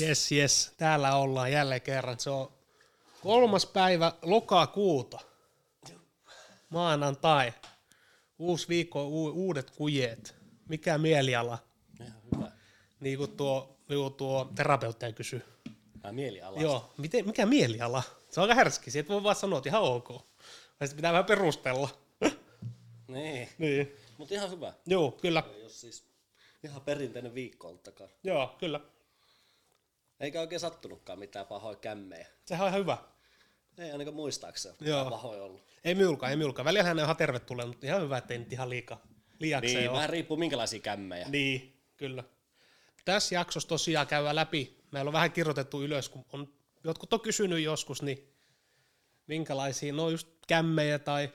Jes, jes, täällä ollaan jälleen kerran. Se on kolmas päivä lokakuuta, maanantai. Uusi viikko, u- uudet kujeet. Mikä mieliala? Ihan hyvä. Niin kuin tuo, niin kuin tuo terapeuttaja kysyy. Ai mieliala. Joo, miten, mikä mieliala? Se on aika härski, siitä voi vaan sanoa, että ihan ok. Ja sitten pitää vähän perustella. Niin. niin. Mutta ihan hyvä. Joo, kyllä. Jos siis ihan perinteinen viikko ollut takaa. Joo, kyllä. Eikä oikein sattunutkaan mitään pahoja kämmejä. Sehän on ihan hyvä. Ei ainakaan muistaakseni ole Joo. mitään pahoja ollut. Ei miulkaan, ei miulkaan. Välillähän ne on ihan tervetulleet, mutta ihan hyvä, ettei nyt ihan liikaa. Liiakseen Niin, ole. vähän riippuu minkälaisia kämmejä. Niin. Niin, kyllä. Tässä jaksossa tosiaan käydään läpi. Meillä on vähän kirjoitettu ylös, kun on, jotkut on kysynyt joskus, niin minkälaisia, no just kämmejä tai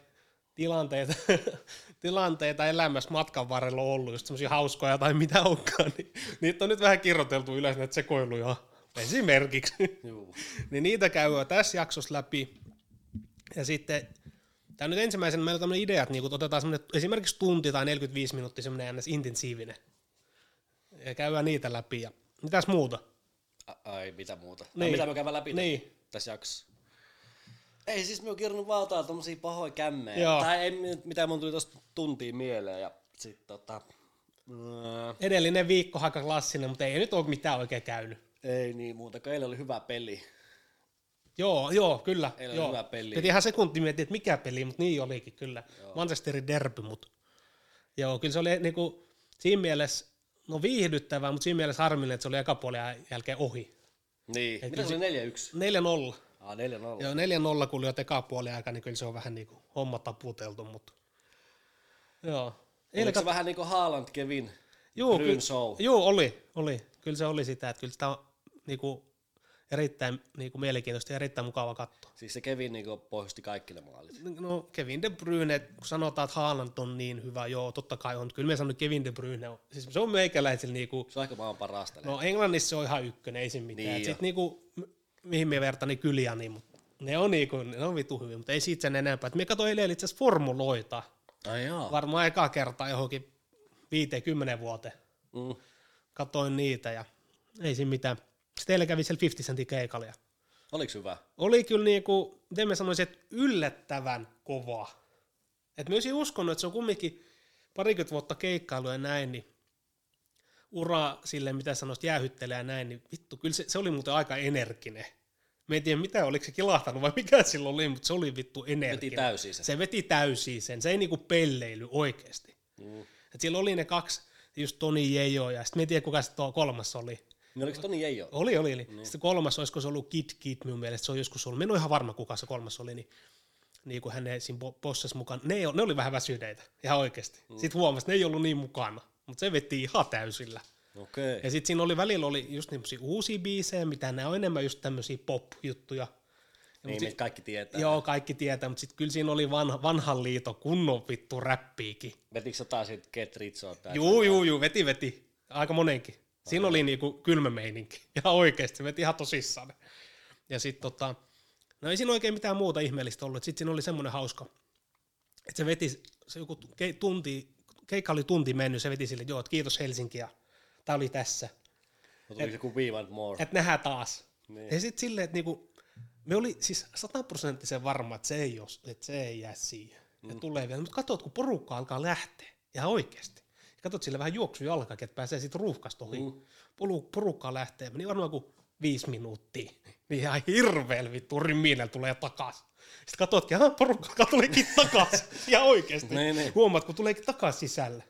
tilanteita, tilanteita elämässä matkan varrella on ollut, just semmoisia hauskoja tai mitä onkaan, niin niitä on nyt vähän kirjoiteltu ylös näitä sekoiluja esimerkiksi Juu. niin niitä käydään tässä jaksossa läpi. Ja sitten, tämä nyt ensimmäisenä meillä on tämmöinen idea, että niinku otetaan semmoinen esimerkiksi tunti tai 45 minuuttia semmoinen ns. intensiivinen. Ja käydään niitä läpi. Ja mitäs muuta? A- Ai, mitä muuta. Niin. Niin. Tai mitä me käydään läpi Niin. tässä jaksossa. Ei siis me oon kirjannut valtaa tommosia pahoja kämmejä. Joo. Tai ei, mit- mitä mun tuli tosta tuntiin mieleen. Ja sit tota... mm, Edellinen viikko aika klassinen, mutta ei nyt ole mitään oikein käynyt. Ei niin muuta, kun eilen oli hyvä peli. Joo, joo, kyllä. Ei ole joo. hyvä peli. Piti ihan sekunti miettiä, että mikä peli, mutta niin olikin kyllä. Joo. Manchesterin derby, mutta joo, kyllä se oli niinku, siinä mielessä, no viihdyttävää, mutta siinä mielessä harmillinen, että se oli eka puolen jälkeen ohi. Niin. Mitä kyllä se oli 4-1? 4-0. Ah, 4-0. Joo, 4-0 kun lyöt eka puoli aika, niin kyllä se on vähän niin kuin homma taputeltu, mutta joo. Oliko Eilen se vähän niin kuin Haaland, Kevin, juu, kyllä, Bryn Show? juu, oli, oli. Kyllä se oli sitä, että kyllä sitä on niin kuin, erittäin niin kuin mielenkiintoista ja erittäin mukava katsoa. Siis se Kevin niin pohjusti kaikki ne maalit. No Kevin De Bruyne, kun sanotaan, että Haaland on niin hyvä, joo, totta kai on. Kyllä me sanon, että Kevin De Bruyne on. Siis se on meikäläisellä niin kuin, Se on ehkä maailman parasta. No. no Englannissa se on ihan ykkönen, ei siinä mitään. Niin Niin jo. Sitten niin kuin, mihin me vertaan, niin kyliä, niin, mutta ne on, niin kuin, ne on vitu hyviä, mutta ei siitä sen enempää. Et Me katsoin eilen itse asiassa formuloita. Ai jaa. Va- varmaan ekaa kertaa johonkin 50 vuoteen. mm. Katoin niitä ja ei siinä mitään. Sitten teillä kävi siellä 50 sentin keikalla. ja Oliks hyvä? Oli kyllä niinku, miten mä sanoisin, että yllättävän kova. Et mä olisin uskonut, että se on kumminkin parikymmentä vuotta keikkailu ja näin, niin ura sille, mitä sanoisit, jäähyttelee ja näin, niin vittu, kyllä se, se oli muuten aika energinen. Mä en tiedä, mitä oliko se kilahtanut vai mikä sillä oli, mutta se oli vittu Veti energinen. täysin se. Se veti täysin sen, se ei niinku pelleily oikeasti. Mm. Et sillä oli ne kaksi, just Toni Jejo ja sitten mä en tiedä kuka se tuo kolmas oli. Niin oliks Toni Jeijo? Oli, oli, oli. Niin. Sitten kolmas, olisiko se ollut Kid Kid minun mielestä, se on joskus ollut. Mä en ole ihan varma kuka se kolmas oli, niin, niin kuin hänen siinä bossas mukaan. Ne, ei ole- ne oli vähän väsyneitä, ihan oikeasti. Mm. Sitten huomasi, että ne ei ollut niin mukana, mutta se veti ihan täysillä. Okei. Okay. Ja sitten siinä oli välillä oli just niitä uusia biisejä, mitä nämä on enemmän just tämmöisiä pop-juttuja. Ja Niin mut meitä kaikki tietää. Joo. Joo, kaikki tietää, mutta sitten kyllä siinä oli vanha, vanhan liiton kunnon vittu räppiikin. Vetikö sä taas sit Get Rich or Die? Juu, juu, juu, veti, veti. Aika monenkin. Siinä oli niinku kylmä meininki. Ihan oikeasti, veti ihan tosissaan. Ja sit tota, no ei siinä oikein mitään muuta ihmeellistä ollut. Sitten siinä oli semmoinen hauska, että se veti, se joku ke- tunti, keikka oli tunti mennyt, se veti sille, joo, että kiitos Helsinki ja tää oli tässä. No tuli joku We Want More. Että nähdään taas. Niin. Ja sitten silleen, että niinku, me oli siis sataprosenttisen varma, että se ei, jos, että se ei jää siihen. Mm. Ja tulee vielä. Mutta katsot, kun porukka alkaa lähteä. Ja oikeasti. Ja katsot sille vähän juoksujalkakin, että pääsee sitten ruuhkasta ohi. Mm. Porukka lähtee. Meni varmaan kuin viisi minuuttia. Niin ihan hirveellä vittu riminellä tulee takas. Sitten katsotkin, että porukka tuleekin takas. ja oikeasti. Niin, niin. Huomaat, kun tuleekin takas sisälle.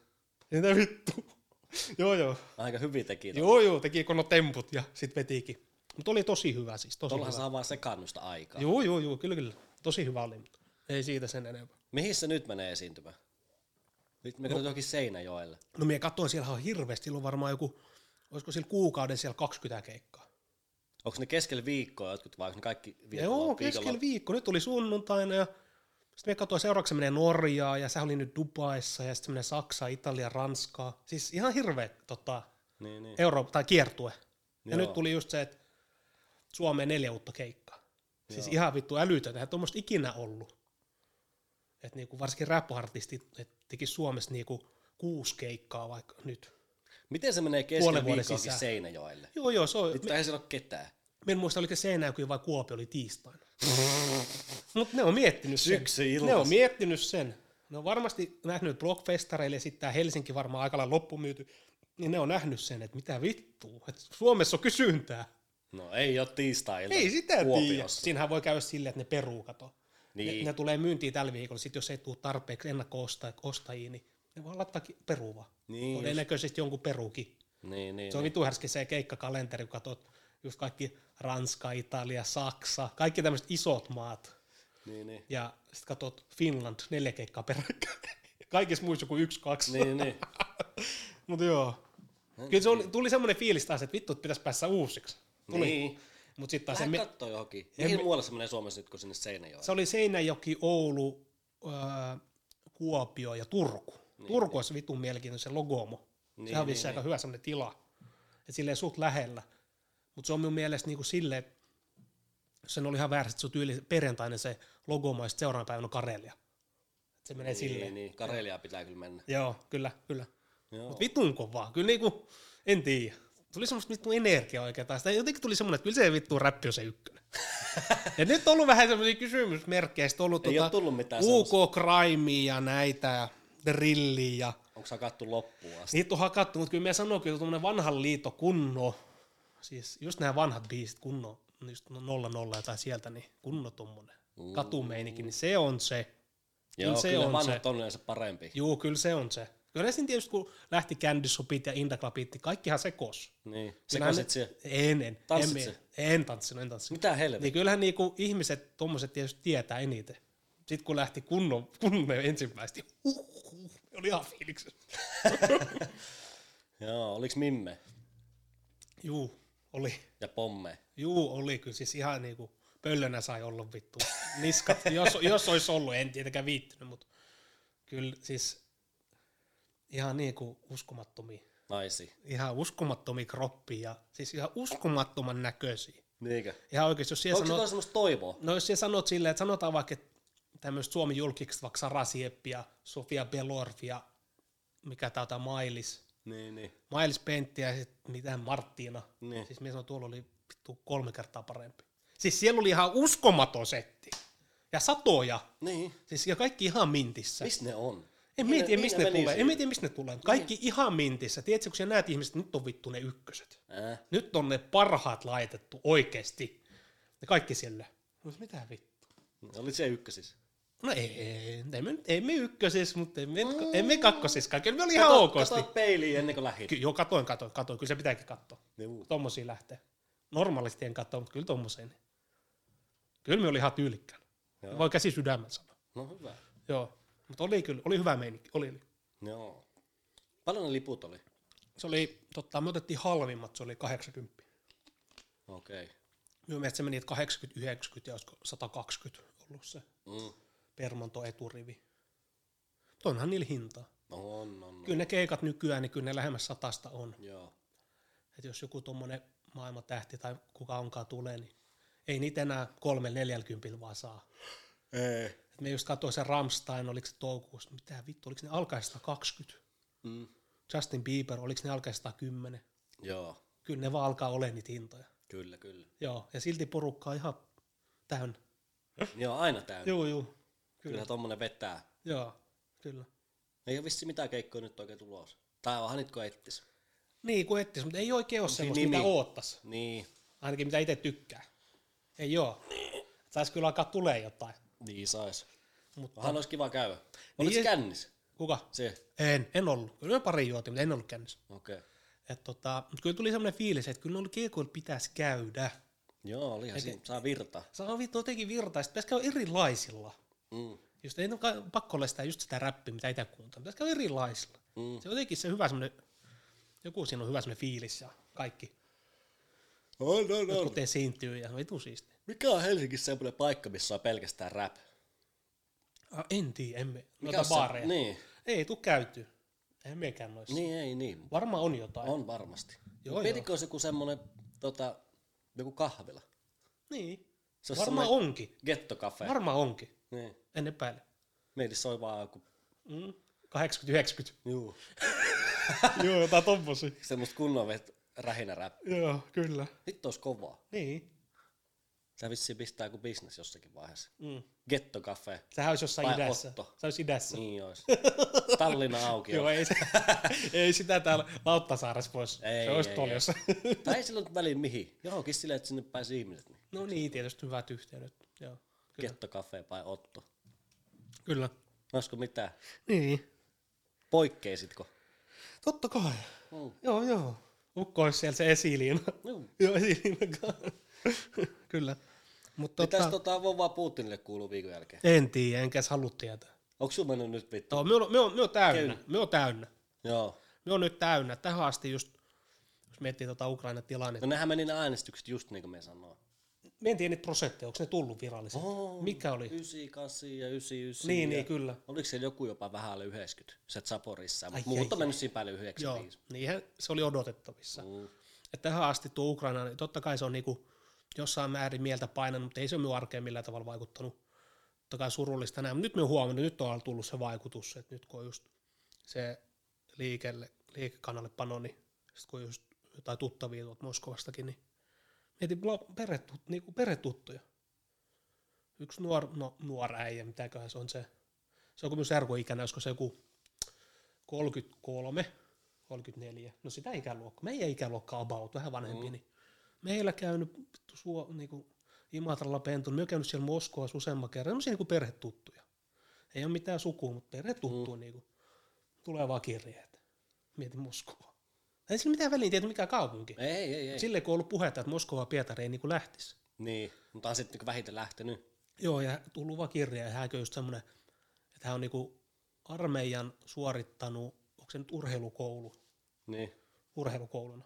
Mitä vittu? joo, joo. Aika hyvin teki. Joo. Joo, joo, teki kono temput ja sit vetikin. Mutta oli tosi hyvä siis, tosi Tuollahan hyvä. saa vaan sekannusta aikaa. Joo. Joo, joo, joo, kyllä, kyllä. Tosi hyvä oli, mutta ei siitä sen enempää. Mihin se nyt menee esiintymään? Nyt me katsotaan johonkin Seinäjoelle. No minä katsoin, siellä on hirveästi, sillä on varmaan joku, olisiko sillä kuukauden siellä 20 keikkaa. Onko ne keskellä viikkoa jotkut vai onko ne kaikki viikolla? joo, keskellä viikko. Nyt oli sunnuntaina ja sitten me katsoin seuraavaksi menee Norjaa ja sehän oli nyt Dubaissa ja sitten menee Saksa, Italia, Ranskaa. Siis ihan hirveä tota, Niin, niin. Eurooppa tai kiertue. Ja Joo. nyt tuli just se, että Suomeen neljä uutta keikkaa. Siis ihan vittu älytöntä, eihän tuommoista ikinä ollut. Et niinku varsinkin rap-artistit et teki Suomessa niinku kuusi keikkaa vaikka nyt. Miten se menee Puolen kesken vuoden viikkoakin sisään. Seinäjoelle? Joo, joo, se on. Vittu, eihän siellä ole ketään. Mä en muista, oliko se Seinäjoki vai Kuopio oli tiistaina. Mutta ne on miettinyt sen. Syksy iltas. Ne on miettinyt sen. Ne on varmasti nähnyt blogfestareille ja sitten tää Helsinki varmaan aika lailla loppumyyty. Niin ne on nähnyt sen, että mitä vittua, että Suomessa on kysyntää. No ei ole tiistailta. Ei sitä tiedä. Kuopiossa. Siinähän voi käydä silleen, että ne peruu kato. Niin. Ne, ne, tulee myyntiin tällä viikolla, sitten jos ei tule tarpeeksi ennakko-ostajia, niin ne voi laittaa peruvaa. Niin, just. Todennäköisesti jonkun peruukin. Niin, niin, Se on vitu härski se keikkakalenteri, kun katsot just kaikki Ranska, Italia, Saksa, kaikki tämmöiset isot maat. niin, niin. Ja sitten katsot Finland, neljä keikkaa peräkkäin. Kaikissa muissa kuin yksi, kaksi. niin, niin. Mutta joo. Kyllä se oli, tuli semmoinen fiilis taas, että vittu, että pitäisi päästä uusiksi. Tuli. Niin. Mutta sitten taas se, me, Lähde me... kattoo johonkin. Mihin muualle se menee Suomessa nyt kuin sinne Seinäjoelle? se oli Seinäjoki, Oulu, öö, Kuopio ja Turku. Niin, Turku on se vitun mielenkiintoinen se Logomo. Niin, Sehän on niin, niin, aika hyvä semmoinen tila. Et silleen suht lähellä. Mutta se on minun mielestä niinku silleen, että jos sen oli ihan väärästi sun tyyli perjantainen se Logomo ja sit seuraavana päivänä on Karelia. Et se menee niin, silleen. Niin, niin. Kareliaa pitää kyllä mennä. Joo, kyllä, kyllä. Joo. Mutta vitun kovaa. Kyllä niinku, en tiedä. Tuli semmoista vittu energiaa oikein taas. Tai Jotenkin tuli semmoinen, että kyllä se vittu räppi on se ykkönen. ja nyt on ollut vähän semmoisia kysymysmerkkejä. Sitten on ollut Ei tota ole tullut mitään semmoista. UK Crime ja näitä ja Drilli ja Onko hakattu loppuun asti? niitä on hakattu, mutta kyllä me sanoo kyllä tuommoinen vanhan liito kunno, siis just nämä vanhat biisit kunno, just no- nolla nolla tai sieltä, niin kunno tuommoinen Mm. katumeininki, niin se on se. Joo, Kyllä Niin, se kyllä on vanhat on yleensä parempi. Juu, kyllä se on se. Kyllä siinä tietysti kun lähti Candy Shopit ja Indaklapit, niin kaikkihan sekos. Niin. Kyllähän Sekoisit ne- siellä. En, en. Tanssit en, se? en tanssinut, en tanssinut. Mitä helvettiä? Niin kyllähän niinku ihmiset tuommoiset tietysti tietää eniten. Sitten kun lähti kunnon, kunnon ensimmäisesti, huh, huh, oli ihan fiiliksessä. Niin. Joo, oliks Mimme Juu, oli. ja Pomme? Juu, oli kyllä. Siis ihan niinku pöllönä sai olla vittu. Niskat, jos, jos olisi ollut, en tietenkään viittynyt, mutta kyllä siis ihan niinku uskomattomia. Naisi. Ihan uskomattomia kroppia ja siis ihan uskomattoman näköisiä. Niinkö? Ihan oikeasti, jos siellä Onko sanoo, se semmoista toivoa? no jos siellä sanot silleen, että sanotaan vaikka, että tämmöistä Suomen julkiksi vaikka Sara Sieppi ja Sofia Belorv ja mikä täältä Mailis, Niin, niin. Miles Pentti ja sitten mitään Marttiina. Niin. Siis mies on tuolla oli vittu kolme kertaa parempi. Siis siellä oli ihan uskomaton setti. Ja satoja. Niin. Siis ja kaikki ihan mintissä. Missä ne niin on? en Mihin mietiä, mihin mistä ne meni tulee. En siihen? mietiä, mistä ne tulee. Kaikki ihan mintissä. Tiedätkö, kun sä näet ihmiset, nyt on vittu ne ykköset. Äh. Nyt on ne parhaat laitettu oikeesti. Ne kaikki siellä. Mut mitä vittu? Oli se ykkösis. No ei, ei, ei, me, nyt- ei me ykkösis, mutta ei me, mm. ei me kakkosiskaan. Kyllä me oli ihan okosti. Kato peiliin ennen kuin lähit. Ky- joo, katoin, katoin, katoin. Kyllä se pitääkin katsoa. Juu. tommosia lähtee. Normaalisti en katso, mutta kyllä tommoseen. Kyllä me oli ihan tyylikkään. Joo. Voi käsi sydämen sanoa. No hyvä. Joo. Mutta oli kyllä, oli hyvä meininki. Oli, oli. Joo. Paljon ne liput oli? Se oli, totta, me otettiin halvimmat, se oli 80. Okei. Minun mielestä se meni, että 80, 90 ja olisiko 120 ollut se Mm. Permanto eturivi. Mutta onhan niillä hintaa. No on, on, on. Kyllä ne keikat nykyään, niin kyllä ne lähemmäs satasta on. Joo. Et jos joku tuommoinen maailmatähti tai kuka onkaan tulee, niin ei niitä enää kolme 40 vaan saa. Ei. Et me just katsoin sen Ramstein, oliko se toukokuussa, mitä vittu, oliko ne alkaista 20? Mm. Justin Bieber, oliko ne alkaista 10? Joo. Kyllä ne vaan alkaa olemaan niitä hintoja. Kyllä, kyllä. Joo, ja silti porukka on ihan täynnä. Joo, aina täynnä. Joo, Joo, joo, kyllä. kyllä tommonen vetää. joo, kyllä. Ei ole vissi mitään keikkoja nyt oikein tulossa. Tai onhan nyt kun ettis. Niin kuin ettis, mutta ei oikein ole semmoista, nimi. mitä oottas. Niin. Ainakin mitä itse tykkää. Ei joo. Saisi kyllä alkaa tulee jotain. Niin sais. Mutta Onhan olisi kiva käydä. Oliko se Niin. kännis? kuka? Se. En, en ollut. Kyllä mä pari juotin, mutta en ollut kännissä. Okei. Okay. Et tota, mut kyllä tuli semmoinen fiilis, että kyllä noilla keikoilla pitäisi käydä. Joo, olihan siinä. Saa virta. Se on vittu jotenkin virtaista. Pitäisi käydä erilaisilla. Mm. Just ei ole pakko olla sitä, just sitä räppiä, mitä itse kuuntaa. Pitäisi käydä erilaisilla. Mm. Se on jotenkin se hyvä semmoinen, joku siinä on hyvä semmoinen fiilis ja kaikki. On, on, Jotkut esiintyy ja vitu siisti. Mikä on Helsingissä semmoinen paikka, missä on pelkästään rap? Ah, en tiedä, emme. Mikä Noita on se- baareja. Niin. Ei tuu käyty. Eihän mekään noissa. Niin, ei niin. Varmaan on jotain. On varmasti. Joo, joo. Mietitkö olisi joku semmoinen tota, joku kahvila? Niin. Se olisi Varmaan semmoinen onkin. gettokafe. Varmaan onkin. niin. En epäile. Meille soi vaan joku. Mm. 80-90. Juu. Joo, jotain tommosia. Semmoista kunnon vet- rähinäräppiä. Joo, kyllä. Vittu olisi kovaa. Niin. Sä vissiin pistää joku bisnes jossakin vaiheessa. Mm. Getto Cafe. Sehän olisi jossain Vai idässä. Otto. Se olisi idässä. Niin olisi. Tallinna auki. Joo, ei, se, ei sitä täällä Lauttasaaressa voisi. Ei, se olisi ei, tuolla ei. jossain. Tai ei sillä ole väliin mihin. Johonkin silleen, että sinne pääsi ihmiset. Niin. No niin, tietysti hyvät yhteydet. Joo, kyllä. Getto Cafe vai Otto. kyllä. Olisiko mitään? Niin. Poikkeisitko? Totta kai. Mm. Joo, joo. Ukko olisi siellä se esiliina. Juu. joo, esiliina kanssa. kyllä. Mutta Mitäs tota, tota vovaa Putinille kuuluu viikon jälkeen? en tiedä, enkä edes halua tietää. Onko sun mennyt nyt vittu? No, me, on, me, on, me on täynnä. Kyllä. Me on täynnä. Joo. Me on nyt täynnä. Tähän asti just, jos miettii tota Ukrainan tilannetta, No nehän meni ne äänestykset just niin kuin me sanoin. me en tiedä niitä prosentteja, onko ne tullut virallisesti. Oh. Mikä oli? 98 ja 99. Niin, ja... niin, kyllä. Oliko siellä joku jopa vähän alle 90, se Zaporissa, Ai, mutta muut ai, on mennyt siinä päälle 95. Joo, niinhän se oli odotettavissa. Mm. Mm. Et tähän asti tuo Ukraina, niin totta kai se on niinku jossain määrin mieltä painanut, mutta ei se ole minun arkeen millään tavalla vaikuttanut. Totta kai surullista näin, mutta nyt minä huomannut, nyt on tullut se vaikutus, että nyt kun on just se liikelle, liikekannalle pano, niin sit kun on just jotain tuttavia tuolta Moskovastakin, niin mietin, mulla on perhetut, niinku perhetuttuja. Yksi nuor, no, nuora äijä, mitäköhän se on se, se onko myös serkuikänä, olisiko se joku 33, 34, no sitä ikäluokkaa, meidän ikäluokka about, vähän vanhempi, mm. niin meillä käynyt vittu suo, niinku, Imatralla pentun, me on käynyt siellä Moskovassa useamman kerran, semmoisia niinku perhetuttuja. Ei ole mitään sukua, mutta perhetuttuja mm. niinku, tulee vaan kirjeet. Mietin Moskovaa. Ei sillä mitään väliä tiedä, mikä kaupunki. Ei, ei, ei. ei. Niin. Silleen kun on ollut puhetta, että Moskova ja Pietari ei niinku lähtisi. Niin, mutta on sitten niin vähiten lähtenyt. Joo, ja tullut vaan kirja, ja hänkin on just semmoinen, että hän on niinku armeijan suorittanut, onko se nyt urheilukoulu, Niin, urheilukouluna.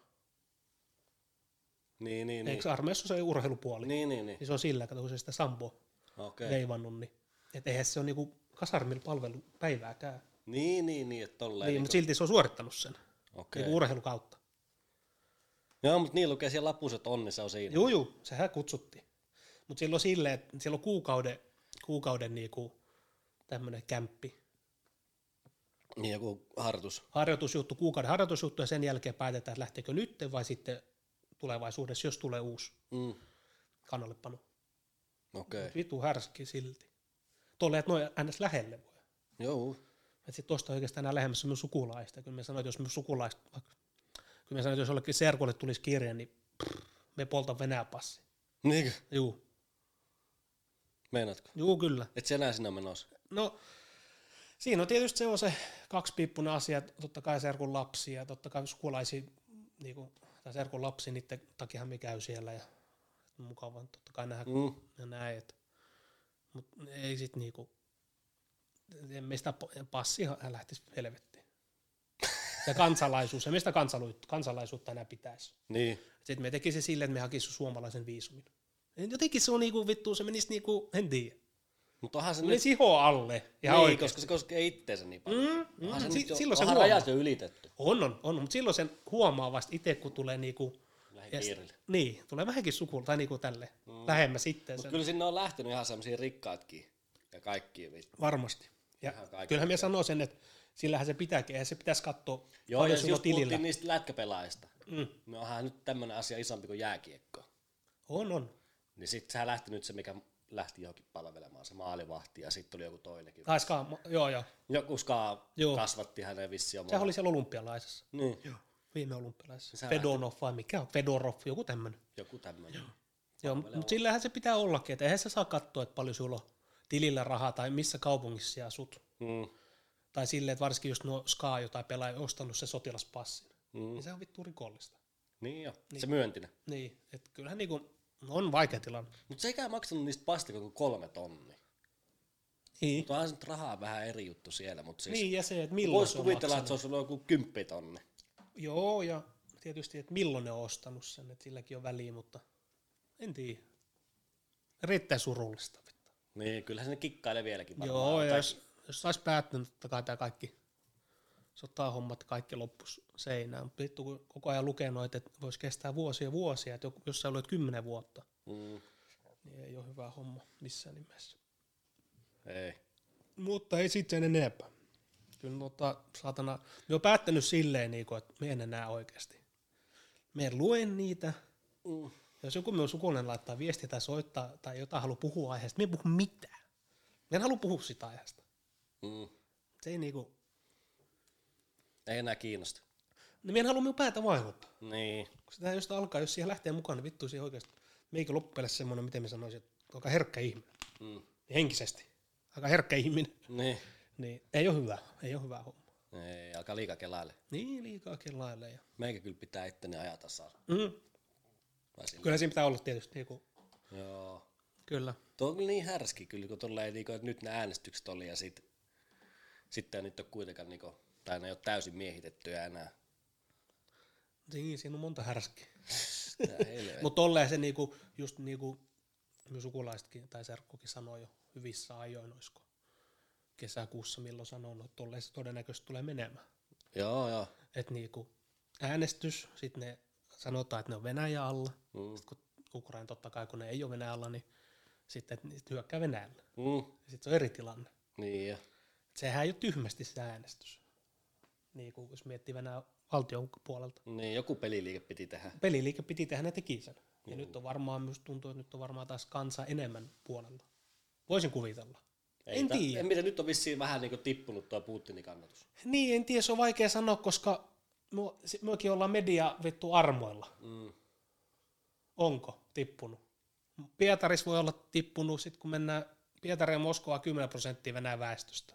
niin, niin. Niin. Eikö armeijassa se urheilupuoli? Niin. Niin, niin, niin. niin se on sillä, kato, kun se sitä sambo Okei. Okay. veivannut, niin et eihän se ole niinku kasarmilla palvelu päivääkään. Niin, niin, niin, että tolleen. Niin, mutta silti se on suorittanut sen, okay. Okei. niinku urheilukautta. Joo, mutta niin lukee siellä lapuset on, niin se on siinä. Juu, juu, sehän kutsuttiin. Mutta silloin silleen, että siellä on kuukauden, kuukauden niinku tämmöinen kämppi, Niin, joku hartus. harjoitusjuttu, kuukauden harjoitusjuttu ja sen jälkeen päätetään, että lähteekö nyt vai sitten tulevaisuudessa, jos tulee uusi Mm. kannallepano. Okei. Okay. Vitu härski silti. Tuolle, että noin ns. lähelle voi. Joo. Et sit tuosta oikeastaan enää lähemmässä minun sukulaista. Kyllä me sanoin, että jos minun sukulaista, vaikka- kyllä me sanoin, että jos jollekin serkulle tulisi kirja, niin prr, me poltan Venäjä passi. Niinkö? Juu, Niin, Meinaatko? juu kyllä. Et sä enää sinä menossa. No, siinä on tietysti se on se kaksipiippunen asia, että totta kai serkun lapsi ja totta kai sukulaisia, niin kuin, tai serkun lapsi, niiden takiahan me käy siellä ja mukava totta kai nähdä Mm. ja näin, että, mutta ei sit niinku, en meistä po- passi ihan lähtisi helvettiin. Ja kansalaisuus, ja meistä kansalaisuutta, kansalaisuutta enää pitäisi. Niin. Sitten me tekisi silleen, että me hakisi suomalaisen viisumin. Jotenkin se on niinku vittu, se menisi niinku, en tiedä. Mutta onhan se nyt... Menisi iho alle. Ihan niin, oikein. koska se koskee itteensä niin paljon. Mm, mm, Onhan se si- nyt jo- silloin se onhan huomaa. rajat jo ylitetty. On, on, on, mutta silloin sen huomaa vasta itse, kun tulee niinku, Lähipiirille. niin, tulee vähänkin sukuun tai niinku tälle mm. lähemmä sitten. Mutta Sen. kyllä sinne on lähtenyt ihan semmoisia rikkaatkin ja kaikki. vittu. Varmasti. Ja Ihan kaikki. kyllähän minä sanon sen, että sillähän se pitääkin, eihän se pitäisi katsoa Joo, ja paljon jos sulla just tilillä. puhuttiin niin- niistä lätkäpelaajista. Mm. No onhan nyt tämmöinen asia isompi kuin jääkiekko. On, on. Niin sit sehän lähti nyt se, mikä lähti johonkin palvelemaan, se maalivahti ja sitten tuli joku toinenkin. Taiskaan, ma- joo, joo. Joku skaa Ah. Joo. kasvatti hänen vissiin omaa. Sehän oli siellä olympialaisessa. Niin, Viime olympialaisessa. Sä Fedonov vai mikä on? Fedorov, joku tämmöinen. joku tämmöinen. Joo, mutta sillähän se pitää ollakin, että eihän se saa katsoa, että paljon sulla on tilillä rahaa tai missä kaupungissa sinä asut. Mm, Tai silleen, että varsinkin jos nuo skaa jotain pelaaja on ostanut sen sotilaspassin, mm. niin se on vittu rikollista. Niin jo, se myöntinen. Niin, että kyllähän niinku, on vaikea tilanne. Mutta se ei maksanut niistä pastikoita kuin kolme tonnia. Niin, Mutta onhan se nyt rahaa vähän eri juttu siellä, mutta siis niin ja se, että milloin Voisi se on kuvitella, maksanut. että se olisi ollut joku kymppitonni. Joo, ja tietysti, että milloin ne on ostanut sen, että silläkin on väliä, mutta en tiedä. Riittää surullista. vittu. Niin, kyllähän se kikkailee vieläkin varmaan. Joo, ja Tai- jos, jos saisi päättynyt, totta kai tämä kaikki sotahommat kaikki loppus seinään. Mutta vittu, kun koko ajan lukee noita, että voisi kestää vuosia ja vuosia, että joku- jos sä olet kymmenen vuotta, Mm, niin ei ole hyvä homma missään nimessä. ei. Mutta ei sitten enempää. Kyllä tota, saatana, me on päättänyt silleen, niinku, että me en enää oikeasti. Me en lue niitä. Mm. Jos joku minun sukunen laittaa viestiä tai soittaa tai jotain haluaa puhua aiheesta, me en puhu mitään. Me en halua puhua sitä aiheesta. Mm. Se ei niinku, Ei enää kiinnosta. niin me en halua minun päätä vaivata. Niin. Kun sitä josta alkaa, jos siihen lähtee mukaan, niin vittu siihen oikeasti. Meikä loppupeleissä semmoinen, miten mä sanoisin, että aika herkkä ihminen. Mm. Niin henkisesti. Aika herkkä ihminen. Niin. Niin ei ole hyvä. Ei ole hyvä homma. Ei, alkaa liikaa kelaille. Niin liikaa kelaille. Ja... Meikä kyllä pitää itteni ajaa tasa. Mm. Vai sillä- Kyllä siinä pitää olla tietysti. Niinku, Joo. kyllä. Tuo on kyllä niin härski kyllä, kun tulee, niinku, että nyt ne äänestykset oli ja sit, sitten nyt on kuitenkaan, niinku, tai ne ei ole täysin miehitettyjä enää. Niin, siinä on monta härskiä. Tää helvetti. Mutta tolleen se niinku, just niinku minun sukulaisetkin tai serkkukin sanoi jo hyvissä ajoin, olisiko kesäkuussa milloin sanonut, että tolleen se todennäköisesti tulee menemään. Joo, joo. Että niinku äänestys, sitten ne sanotaan, että ne on Venäjä alla. Mm. Sitten kun Ukraina totta kai, kun ne ei ole Venäjä alla, niin sitten että niitä hyökkää Venäjällä. Mm. Sitten se on eri tilanne. Niin ja. Et sehän ei ole tyhmästi se äänestys. Niin kuin jos miettii Venäjän valtion puolelta. Niin, joku peliliike piti tehdä. Peliliike piti tehdä, ne teki sen. Ja Joo. nyt on varmaan, myös tuntuu, että nyt on varmaan taas kansa enemmän puolella. Voisin kuvitella. En ta- tiedä. En mitä nyt on vissiin vähän niinku tippunut tuo Putinin kannatus. Niin, en tiedä, se on vaikea sanoa, koska mua- se- mekin ollaan media vittu armoilla. Mm. Onko tippunut? Pietaris voi olla tippunut, sit kun mennään Pietariin ja Moskovaan 10 prosenttia Venäjän väestöstä.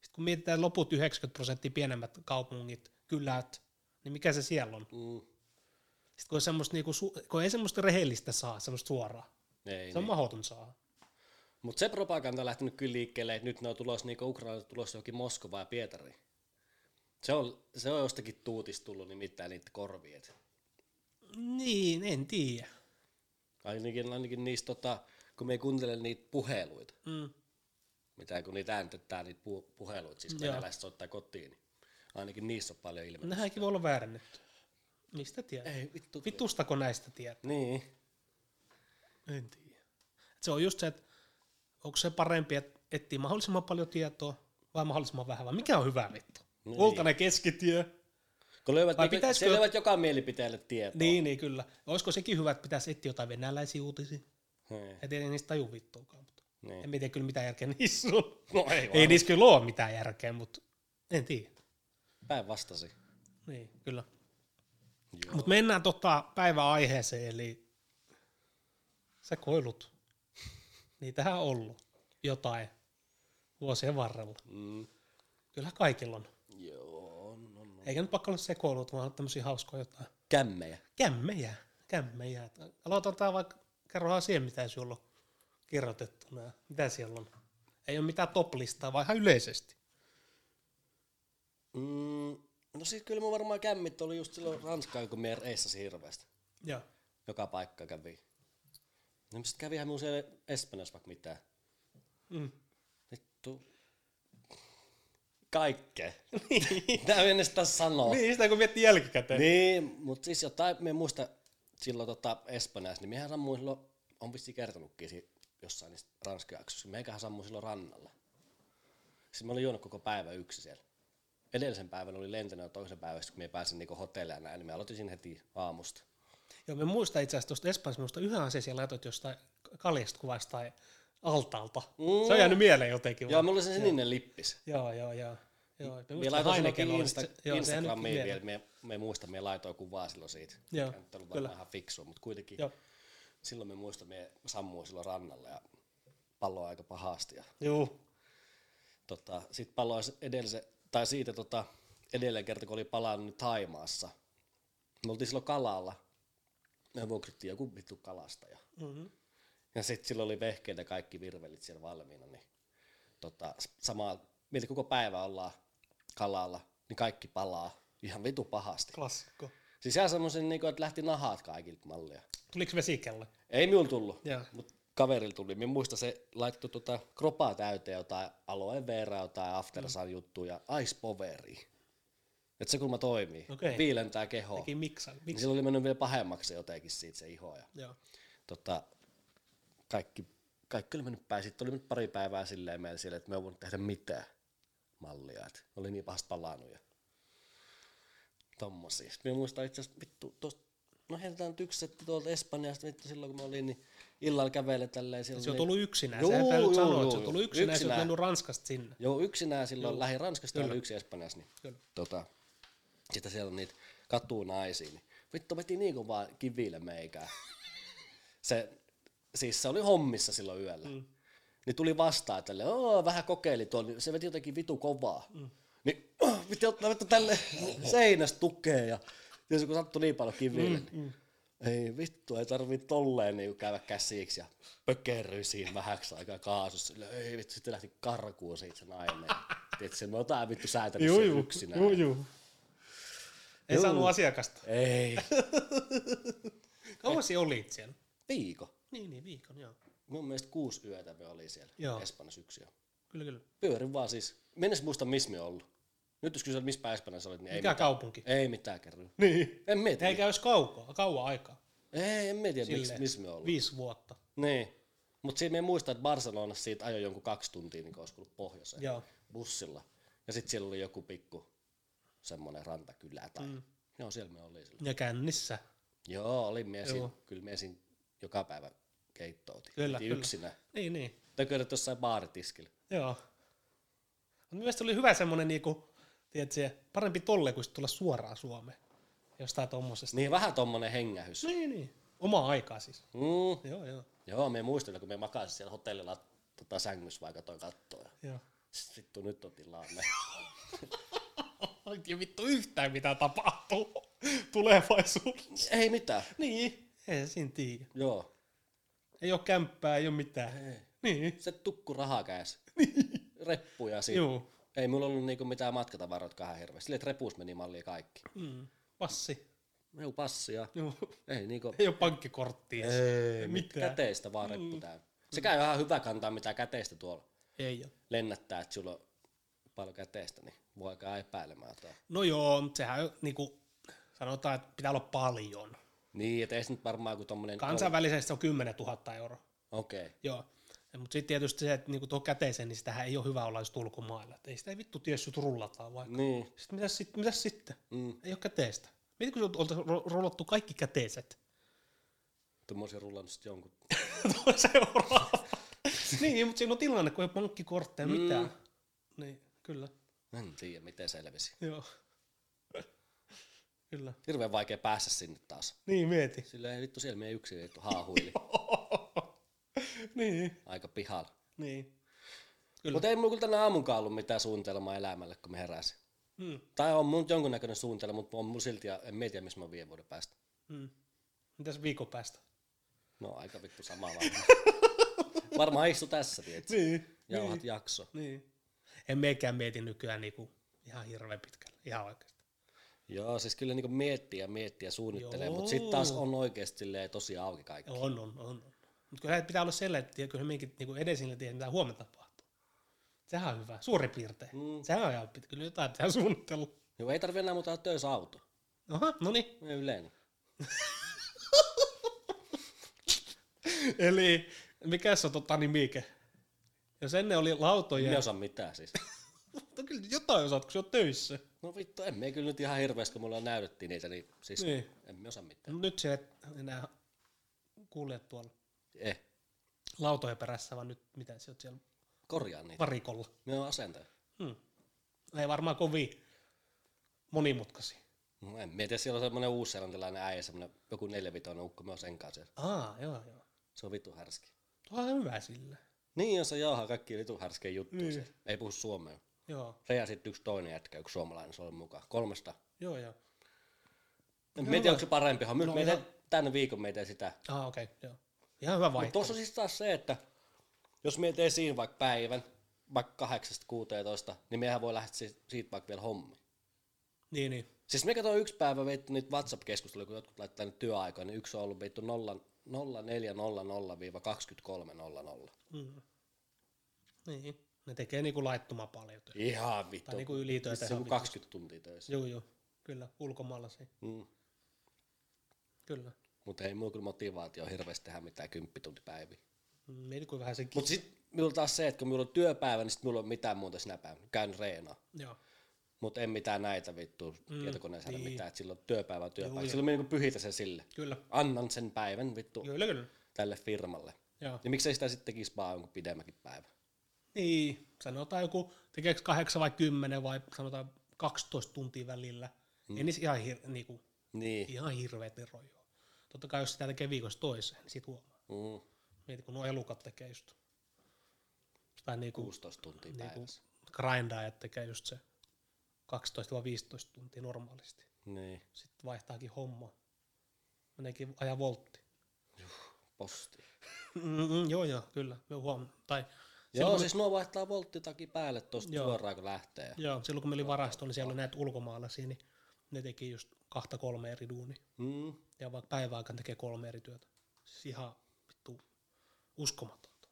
Sitten kun mietitään loput 90 prosenttia pienemmät kaupungit, kylät, niin mikä se siellä on? Mm. Sitten kun, on semmoista, niinku, su- kun ei semmoista rehellistä saa, semmoista suoraa. Ei, Se on niin. mahdoton saa. Mutta se propaganda on lähtenyt kyllä liikkeelle, että nyt ne on tulossa, niin Ukraina on tulossa johonkin Moskovaan ja Pietariin. Se on, se on jostakin tuutista tullut nimittäin niitä korviin. et Niin, en tiedä. Ainakin, ainakin niistä, tota, kun me ei kuuntele niitä puheluita, Mm. mitä kun niitä ääntetään, niitä pu- puheluita, siis kun Joo. No, venäläiset soittaa kotiin, niin ainakin niissä on paljon ilmeisesti. Nähänkin voi olla väärennetty. Mistä tiedät? Ei vittu. Vitustako näistä tiedät? Niin. En tiedä. Se on just se, että onko se parempi, että etsii mahdollisimman paljon tietoa vai mahdollisimman vähän, vai mikä on hyvä vittu? Niin. Niin. Kultainen keskityö. Kun löydät, Vai niin, pitäisikö- se löydät joka mielipiteelle tietoa. Niin, niin kyllä. Olisiko sekin hyvä, että pitäisi etsiä jotain venäläisiä uutisia? Niin. Et ei niistä taju vittuakaan, mutta en niin. mä tiedä kyllä mitään järkeä niissä on. No Ei ei, ei niin. niissä kyllä ole mitään järkeä, mutta en tiedä. Päinvastasi. Niin, kyllä. Joo. Mutta mennään tota päiväaiheeseen, eli sä koilut. Niitähän on ollut jotain vuosien varrella. Mm. Kyllä kaikilla on. Joo, on, on, on. Eikä nyt pakko olla sekoilut, vaan tämmöisiä hauskoja jotain. Kämmejä. Kämmejä, kämmejä. Aloitetaan vaikka, kerrohan siihen mitä sulla on kirjoitettuna. Mitä siellä on? Ei ole mitään toplistaa, vaan ihan yleisesti. Mm, no siis kyllä mun varmaan kämmit oli just silloin Ranskaan, kun me reissasi hirveästi. Joo. Joka paikka kävi. No mistä kävihän mun siellä Espanjassa vaikka mitään. Mm. Vittu. Kaikkea. Tää en edes taas sanoa. Niin, sitä kun miettii jälkikäteen. Niin, mutta siis jotain, me muista silloin tota Espanjassa, niin mehän sammuin silloin, on vissi kertonutkin si- jossain niistä ranskajaksoissa, meikähän sammuin silloin rannalla. Siis mä olin juonut koko päivä yksi siellä. Edellisen päivän oli lentänyt ja toisen päivän, kun me pääsin niinku hotelleja näin, niin mä aloitin siinä heti aamusta. Joo, me muistan itse asiassa tuosta Espanjasta, muista yhä asiaa siellä laitoit jostain kaljasta kuvasta tai altaalta. Mm. Se on jäänyt mieleen jotenkin. Joo, vaan. mulla oli se sininen lippis. joo, joo, joo. Joo, me Me muistan laitoin Heineken silloin oli se- Insta- joo, se jäänyt Instagramiin mieleen. vielä, me, me muista, me laitoin kuvaa silloin siitä. Joo, Eikä nyt ollut kyllä. varmaan ihan fiksua, mutta kuitenkin Joo. silloin me muista, me sammuin silloin rannalla ja palloa aika pahasti. Ja Joo. tota, sit paloi edellisen, tai siitä tota, edellinen kerta, kun oli palannut niin Taimaassa. Me oltiin silloin kalalla. Me vuokrittiin joku vittu kalastaja. Mm-hmm. Ja sitten silloin oli vehkeet ja kaikki virvelit siellä valmiina. Niin, tota, s- samaa, meillä koko päivä ollaan kalalla, niin kaikki palaa ihan vitu pahasti. Klassikko. Siis ihan semmoisen, niin että lähti nahat kaikilta mallia. Tuliko vesikelle? Ei minulla tullut, Joo. mutta kaverilla tuli. Minä muista se laittoi tota kropaa täyteen jotain aloe veraa, jotain after Mm. sun juttuja, ice poweri. Et se kulma toimii, Okei. viilentää kehoa. Teki miksa. Niin miksa. sillä oli mennyt vielä pahemmaksi jotenkin siitä se iho. Ja, Joo. tota, kaikki, kaikki oli mennyt päin. Sitten oli nyt pari päivää silleen meillä siellä, että me ei voinut tehdä mitään. mallia, että oli niin pahasti palannut ja tommosia. Sitten minä muistan itse asiassa, vittu, tuosta, no heitetään tyksetti tuolta Espanjasta, vittu silloin kun mä olin, niin illalla kävelen tälleen. Et Silloin, Se on niin- tullut yksinään, Juu, joo, sehän joo, juu, sanoa, että juu, se on juu. tullut yksinään, yksinään. se on Yksinään. mennyt Ranskasta sinne. Joo, yksinään silloin lähi Ranskasta oli yksi Espanjassa, niin Kyllä. tota, sitten siellä on niitä katunaisia, niin vittu veti niin kuin vaan kivillä meikää. se, siis se oli hommissa silloin yöllä. Mm. Niin tuli vastaan, että Oo, vähän kokeili tuon, niin se veti jotenkin vitu kovaa. Mm. Niin vittu ottaa vittu tälle seinästä tukea ja tietysti kun sattui niin paljon kiville, mm, niin ei vittu, ei tarvii tolleen niin käydä käsiksi ja pökerryi siinä vähäksi aikaa kaasussa. Silleen, ei vittu, sitten lähti karkuun siitä se nainen. Tiedätkö, se me otan vittu säätänyt sen yksinään. joo. Ei Juu. saanut asiakasta. Ei, Kauan siellä olit siellä? viikko. Niin, niin, viikon, joo. Mun mielestä kuusi yötä me oli siellä Joo. Joo. Espanjassa yksi yö. Kyllä, kyllä. Pyörin vaan siis. Mä en edes muista, missä me ollut. Nyt jos kysyt, missä päin Espanjassa olit, niin ei Mikä mitään. kaupunki? Ei mitään kerro. Niin. En mieti. Eikä olisi kaukaa, kauan aikaa. Ei, en mieti, miksi, Silleen. missä me ollut. Viisi vuotta. Niin. Mutta siinä me muistan, että Barcelonassa siitä ajoi jonkun kaksi tuntia, niin olisi ollut pohjoiseen Joo. bussilla. Ja sitten siellä oli joku pikku semmoinen rantakylä tai... Mm. Joo, siellä me oli silloin. Ja kännissä. Joo, olin mies, Joo. kyllä mies joka päivä keittouti. Kyllä, kyllä. Yksinä. Niin, niin. Tökölöt jossain baaritiskillä. Joo. Mutta mielestäni oli hyvä semmoinen, niinku, tiedätkö, parempi tolle kuin sit tulla suoraan Suomeen. Jostain tommosesta. Niin vähän tommonen hengähys. Niin, niin. Omaa aikaa siis. Mm. Joo, joo. Joo, me muistelin, kun me makasin siellä hotellilla tota, sängyssä vaikka toi kattoa. joo. Sitten vittu nyt on tilanne. Oikein vittu yhtään mitä tapahtuu tulevaisuudessa. ei mitään. Niin. Ei siinä tiedä. Joo. Ei ole kämppää, ei ole mitään. Ei. Niin. Se tukku rahaa kädessä. Reppuja siinä. Joo. Ei mulla ollut niinku mitään matkatavaroitakaan hirveästi. Silleen, että repuus meni mallia kaikki. Mm. Passi. Joo, passia. Joo. Ei niinku... Ei ole pankkikorttia. Ei, mitään. Käteistä vaan reppu täynnä. Sekä ei ole ihan hyvä kantaa mitään käteistä tuolla. Ei ole. Lennättää, että sulla on paljon käteistä, niin voi alkaa epäilemään jotain. No joo, mutta sehän niinku, sanotaan, että pitää olla paljon. Niin, et ei se nyt varmaan kuin tommonen... Kansainvälisesti se on 10 000 euroa. Okei. Okay. Joo. Mutta sitten tietysti se, että niinku tuo käteisen, niin sitähän ei ole hyvä olla just ulkomailla. Et ei sitä vittu tiedä, jos sut rullataan vaikka. Niin. Sitten mitäs, sit, mitäs sitten? Mm. Ei ole käteistä. Mietin, kun sinut oltaisiin rullattu kaikki käteiset. Tuommoisen rullannut sit jonkun. Seuraava. niin, mutta siinä on tilanne, kun ei ole pankkikortteja, mm. mitään. Niin, kyllä. En tiedä, miten selvisi. Joo. kyllä. Hirveän vaikea päästä sinne taas. Niin, mieti. Sillä ei vittu siellä meidän yksin vittu haahuili niin, aika pihalla. niin. Kyllä. Mutta ei mulla kyllä tänä aamunkaan ollut mitään suunnitelmaa elämälle, kun mä heräsin. Mm, Tai on mun jonkunnäköinen suunnitelma, mutta on mun silti, ja en mietiä, missä mä oon viiden vuoden päästä. mm. Mitäs viikon päästä? No aika vittu sama varmaan. varmaan istu tässä, tiedätkö? Niin. Jauhat jakso. Niin. En meikään mieti nykyään niinku ihan hirveän pitkälle, ihan oikeasti. Joo, siis kyllä niinku miettii ja miettii ja suunnittelee, Joo. mutta sitten taas on oikeasti silleen tosi auki kaikki. On, on, on. on. Mutta kyllähän pitää olla sellainen, että kyllä minkin niinku edesillä tiedät, mitä huomenna tapahtuu. Sehän on hyvä, suurin piirtein. Mm. Sehän on ihan pitkä, kyllä jotain pitää suunnitella. Joo, ei tarvi enää muuta olla töissä auto. Aha, no niin. Ei Yleinen. Eli mikä se on tota nimike? Jos ennen oli lautoja, Yeah. Me Minä... osaa mitään siis. mutta kyllä jotain osaat, kun sä oot töissä. No vittu, en me kyllä nyt ihan hirveästi, kun mulla näytettiin niitä, niin siis Niin. niin. en me osaa mitään. Mut Nyt se et enää kuule tuolla Eh, lautojen perässä, vaan nyt mitä se on siellä korjaa niitä. varikolla. Me on asentaja. Hmm. Ei varmaan kovin monimutkaisia. No en mietiä, siellä on semmonen uusselantilainen äijä, semmonen joku nelivitoinen ukko, me on sen kanssa siellä. Aa, joo, joo. Se on vittu härski. Tuo on hyvä sillä. Niin, jos se jauhaa kaikki vittu härskejä juttuja Niin. siellä. Ei puhu suomea. Joo, Se ja sitten yksi toinen jätkä, yksi suomalainen, se oli mukaan. Kolmesta. joo, joo. En mietiä, onko se parempi. No, No, me ihan- ihan... tämän viikon meitä sitä. Aa, okei, okay, joo. Ihan hyvä Mutta vaihtoehto. tuossa on siis taas se, että jos me tee siinä vaikka päivän, vaikka 8-16, niin mehän voi lähteä si- siitä vaikka vielä hommiin. Niin, niin. Siis me katsoin yksi päivä vittu niitä WhatsApp-keskusteluja, kun jotkut laittaa nyt työaikaa, niin yksi on ollut vittu 0400-2300. Mm. Niin. Ne tekee niinku laittoma paljon töitä. Ihan vittu. Tai niinku ylitöitä. se on ihan joku 20 tuntia töissä. Joo, joo. Kyllä, ulkomaalaisia. Mm. Kyllä. Mutta ei mulla kyllä motivaatio hirveästi tehdä mitään 10 tuntipäiviä. Niin kuin vähän sen Mutta sitten minulla taas se, että kun minulla on työpäivä, niin sitten minulla on mitään muuta sinä päivänä. Käyn reenaa. Joo. Mutta en mitään näitä vittu Mm, mm, tietokoneessa niin. niin. mitään, että silloin työpäivä on työpäivä. Juu, silloin me niinku pyhitä sen sille. Kyllä. Annan sen päivän vittu Joo. Kyllä, kyllä. tälle firmalle. Joo. Ja miksei sitä sitten tekisi vaan jonkun pidemmäkin päivä. Niin, sanotaan joku, tekeekö kahdeksan vai kymmenen vai sanotaan 12 tuntia välillä. Mm. Ei niissä ihan, hir- niinku, Niin. ihan hirveät ne rojoo. Totta kai jos sitä tekee viikosta toiseen, niin sit huomaa. Mm. Mieti, kun nuo elukat tekee just. Tai niinku, 16 tuntia niinku päivässä. grindaajat tekee just se 12-15 tuntia normaalisti. Niin. Sitten vaihtaakin homma. Meneekin aja voltti. Posti. Mm-mm, joo, joo, kyllä. Me huom- tai Joo, silloin, siis nuo vaihtaa volttitakin päälle tosta Joo. suoraan kun lähtee. Joo, silloin kun me oli varasto, niin siellä oli näitä ulkomaalaisia, niin ne teki just kahta kolme eri duunia. Mm. Ja vaikka päivän aikana tekee kolme eri työtä. Siis ihan vittu uskomatonta.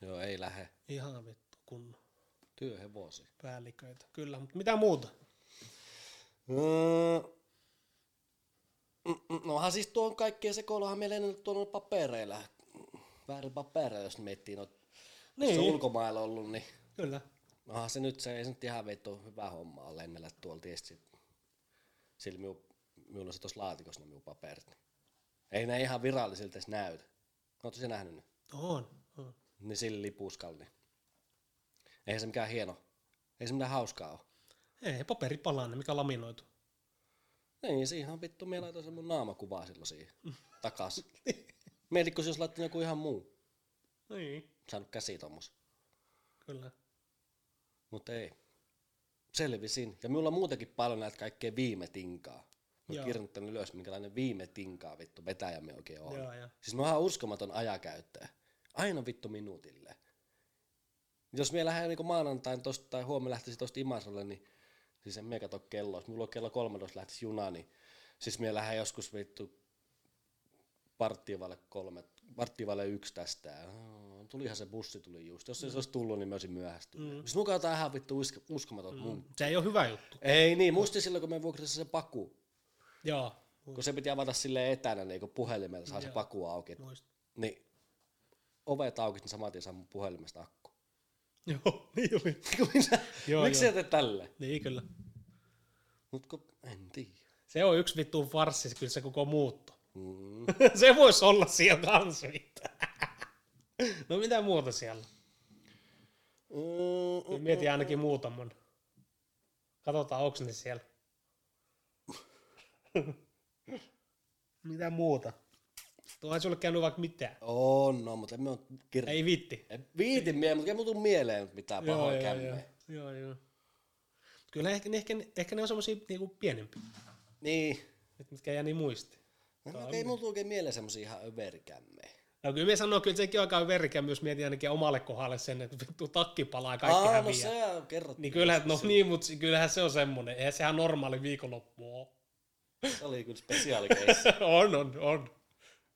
Joo, ei lähe. Ihan vittu kun Työhevosi. päälliköitä. Kyllä, mutta mitä muuta? Mm. Mm, Nohan siis tuon kaikkien sekoiluhan meillä ei nyt tuolla papereilla. Väärillä papereilla, jos miettii noita. Niin. Niin. Jos on ulkomailla ollut, niin Kyllä. onhan se nyt, se ei se nyt ihan vittu hyvä homma ole lennellä tuolla tietysti. Sillä miu, minulla on se tuossa laatikossa ne minun paperit. niin Ei ne ihan virallisilta edes näytä. Oletko se nähnyt ne? On. on. Niin sillä lipuskalla, niin. Eihän se mikään hieno. Ei se mitään hauskaa ole. Ei, paperi palaa, mikä laminoitu. Niin, siihen on vittu, me laitoin sen mun naamakuvaa silloin siihen takas. Mietitkö, jos laittanut joku ihan muu, Niin. saanut käsi tommos. Kyllä. Mutta ei. Selvisin. Ja minulla on muutenkin paljon näitä kaikkea viime tinkaa. Mä Joo. oon kirjoittanut ylös, minkälainen viime tinkaa vittu vetäjämme oikein on. Joo, joo. Siis mä oon ihan uskomaton ajakäyttäjä. Aina vittu minuutille. Jos me lähden niinku maanantain tosta tai huomenna lähtisi tosta Imasalle, niin siis en me kato kelloa. Jos mulla on kello 13 lähtisi juna, niin siis me lähden joskus vittu parttivalle kolme, parttivalle yksi tästä. Ja, "Oo, Tulihan se bussi tuli just. Jos se olisi tullut, niin mä olisin myöhästynyt. Mm. Siis mukaan tää on ihan vittu usk- uskomaton mm. mun. Se ei ole hyvä juttu. Ei niin, musti silloin kun me vuokrasin se paku. Joo. Kun se piti avata sille etänä, niin kun puhelimella saa se Joo. paku auki, että Muista. niin ovet auki, niin saman tien saa mun puhelimesta akku. Joo, niin oli. Joo, Joo, Miksi joo. sä teet tälle? Niin kyllä. Mut kun en tiedä. Se on yksi vittu farssi, kyllä se koko muutto. Mm. se voisi olla siellä kanssa vittu. no mitä muuta siellä? Mm, Mä mm. Mietin ainakin muutaman. Katsotaan, onko ne siellä. mitä muuta? Tuohan sulle käynyt vaikka mitään. On, no, mutta emme ole kir... Ei. Ei vitti. Viitin mieleen, mutta ei mulla tule mieleen mitään pahoja joo, joo, kämmeä. joo, joo. Kyllä ehkä, ne- ehkä, ne- ehkä ne on semmosia niinku pienempiä, Niin. et mitkä jää niin muisti. No, no, ei mulla tule oikein mieleen semmosia ihan överikämmejä. No kyllä me sanoo, kyllä sekin on aika verikä, jos mietin ainakin omalle kohdalle sen, että vittu takki palaa ja kaikki Aa, häviää. no se on kerrottu. Niin kyllähän, no niin, mutta kyllähän se on semmonen. Eihän sehän normaali viikonloppu ole. niin. Se oli kyllä spesiaalikeissi. on, on, on.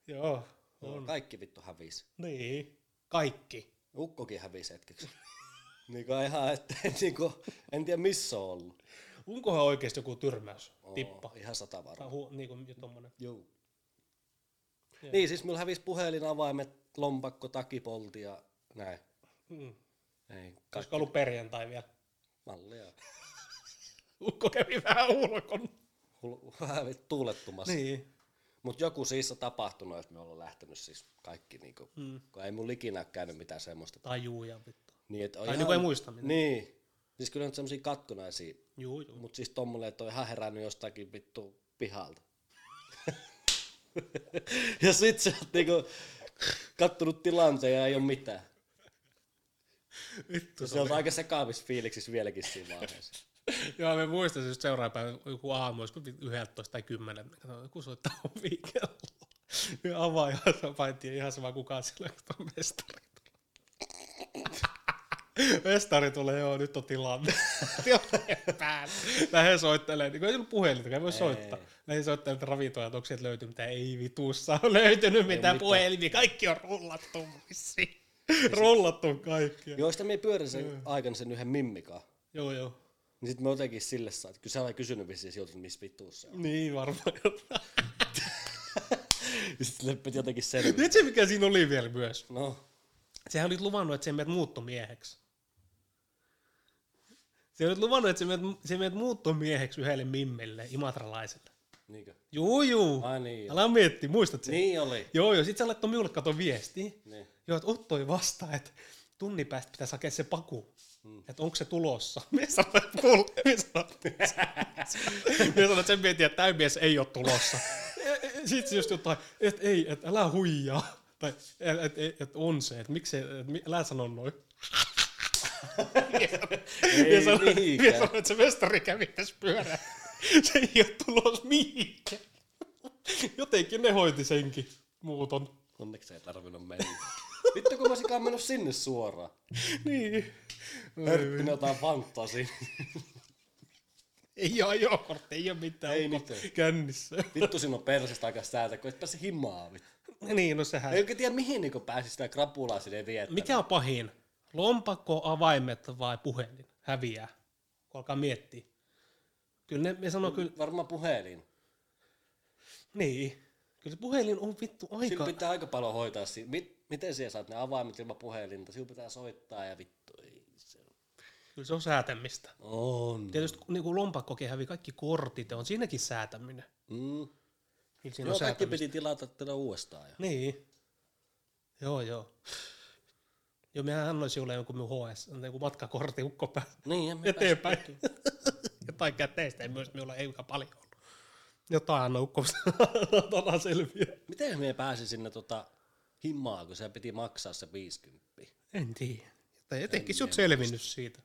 Joo, on. Kaikki vittu hävisi. Niin. Kaikki. Ukkokin hävisi hetkeksi. niin kuin ihan, että niin kuin, en tiedä missä on ollut. Onkohan oikeasti joku tyrmäys? Oo, Tippa. Ihan sata varma. Tai hu- niin kuin tommonen. Joo. Joo. Niin, siis mulla hävisi puhelin, avaimet, lompakko, takipolti ja näin. Mm. Ei, kaikki Olisiko ollut perjantai vielä? mallia. Ukko kävi vähän ulkon. Hul- Vähän vittu tuulettumassa. Niin. Niin. Mutta joku siis on tapahtunut, että me ollaan lähtenyt siis kaikki, niinku, Mm. kun ei mulla ikinä ole käynyt mitään semmoista. Tajuu ja vittu. Niin, että on Tai niinku ei muista mitään. Niin. Siis kyllä on semmosia katkonaisia, Juu, juu. mutta siis tommonen, että on ihan herännyt jostakin vittu pihalta. ja sit sä oot niinku kattonut tilanteen ja ei oo mitään. Vittu. Siis Se on aika sekaavissa fiiliksissä vieläkin siinä vaiheessa. Joo, me muistan siis seuraava päivä, joku aamu, olisiko vi- 11 tai 10, mä katsoin, joku soittaa ovi kelloa. Me avaa ihan sama, en tiedä ihan sama kukaan sillä, kun on mestari. tulee. mestari tulee, joo, nyt on tilanne. Tilanne päällä. Lähden soittelee, niin kun ei ollut puhelinta, ei voi soittaa. Lähden soittelee, että ravintoja, että onko sieltä löytynyt mitään, ei vitussa ole löytynyt mitään mitään. puhelimia, kaikki on rullattu vissiin. Rullattu on kaikkia. Joista me pyörin sen aikana sen yhden mimmikaan. Joo, joo. Niin sit mä jotenkin sille saan, että kyllä sä olet kysynyt vissiin siltä, että missä vittuus se on. Niin varmaan. Sitten sille piti jotenkin selvitä. Nyt se mikä siinä oli vielä myös. No, Sehän olit luvannut, että sä menet muuttomieheksi. Sä olit luvannut, että sä menet, sä menet muuttomieheksi yhdelle mimmelle, imatralaiselle. niinkö? Juu, juu. Ai niin. joo. Älä mietti, muistat sen? Niin oli. Joo, joo. Sitten sä laittoi minulle kato viestiä. Niin. Joo, että ottoi vastaan, että tunnin päästä pitäisi hakea se paku. Mm. Mm. Että onko se tulossa? Mies sanoi, että kuule, mies sanoi, mies sanoi, että sen mietin, että tämä mies ei ole tulossa. Sitten e, se just jotain, että ei, että älä huijaa. Tai että et, e, et, et on se, että miksi, et, mi- älä sano noin. Ei Mies sanoi, mies niinkään. sanoi, että se mestari kävi tässä pyörä. Se ei ole tulos mihinkään. Jotenkin ne hoiti senkin muuton. Onneksi ei tarvinnut mennä. Vittu kun mä olisinkaan mennyt sinne suoraan. Niin. Hörppinä jotain fantasi. Ei oo ajokortti, ei oo mitään. Ei onko mitään. Kännissä. Vittu sinun on persestä aika säätä, kun et pääse himaa. vittu. niin, no sehän. Ei oikein tiedä mihin niin pääsi sitä krapulaa sinne viettämään. Mikä on pahin? Lompakko, avaimet vai puhelin? Häviää. Kun alkaa miettiä. Kyllä ne, me sanoo kyllä, Varmaan puhelin. niin. Kyllä se puhelin on vittu Sillä aika. pitää aika paljon hoitaa. si- Mit, miten siellä saat ne avaimet ilman puhelinta? Sillä pitää soittaa ja vittu. Ei se Kyllä se on säätämistä. on. Tietysti kun niin lompakkokin hävii kaikki kortit, ja on siinäkin säätäminen. Mm. Kyllä siinä Joo, on kaikki säätämistä. piti tilata tätä uudestaan. Ja. Niin. Joo, joo. Joo, minä annoin sinulle jonkun minun HS, jonkun matkakortin ukko päälle. Niin, en mä eteenpäin. Jotain käteistä ei myös minulla ei paljon ollut. Jotain anna ukkomista anna selviä. Miten me pääsi sinne tota himmaa, kun se piti maksaa se 50? En tiedä. Tai etenkin En- sä oot selvinnyt siitä.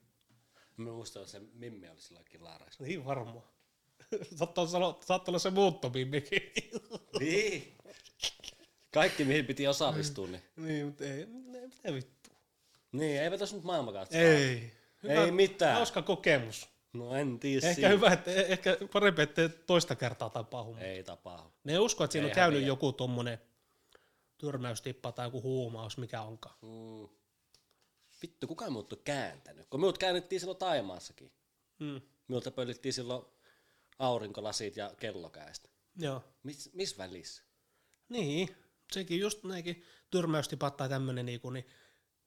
Mä muistan, että se Mimmi oli silloin kilaarassa. Niin varmaan. Saattaa olla, saattaa olla se muuttomimmikin. Niin. Kaikki mihin piti osallistua, niin. niin, mutta ei, ei mitä vittu. Niin, eipä tässä nyt maailmankaasta. Ei. Ei mitään. Hauska kokemus. No en tiedä Ehkä siitä. hyvä, että, eh- ehkä parempi, että toista kertaa tapahdu. Ei tapahdu. Ne uskoo, että siinä Ei on käynyt häviä. joku tommonen tyrmäystippa tai joku huumaus, mikä onkaan. Mm. Vittu, kuka mut on kääntänyt? Kun mut käännettiin silloin Taimaassakin. Mm. Minulta pöllittiin silloin aurinkolasit ja kellokäistä. Joo. Mis, mis välissä? Niin, sekin just näinkin tyrmäystipat tai tämmöinen, niinku, niin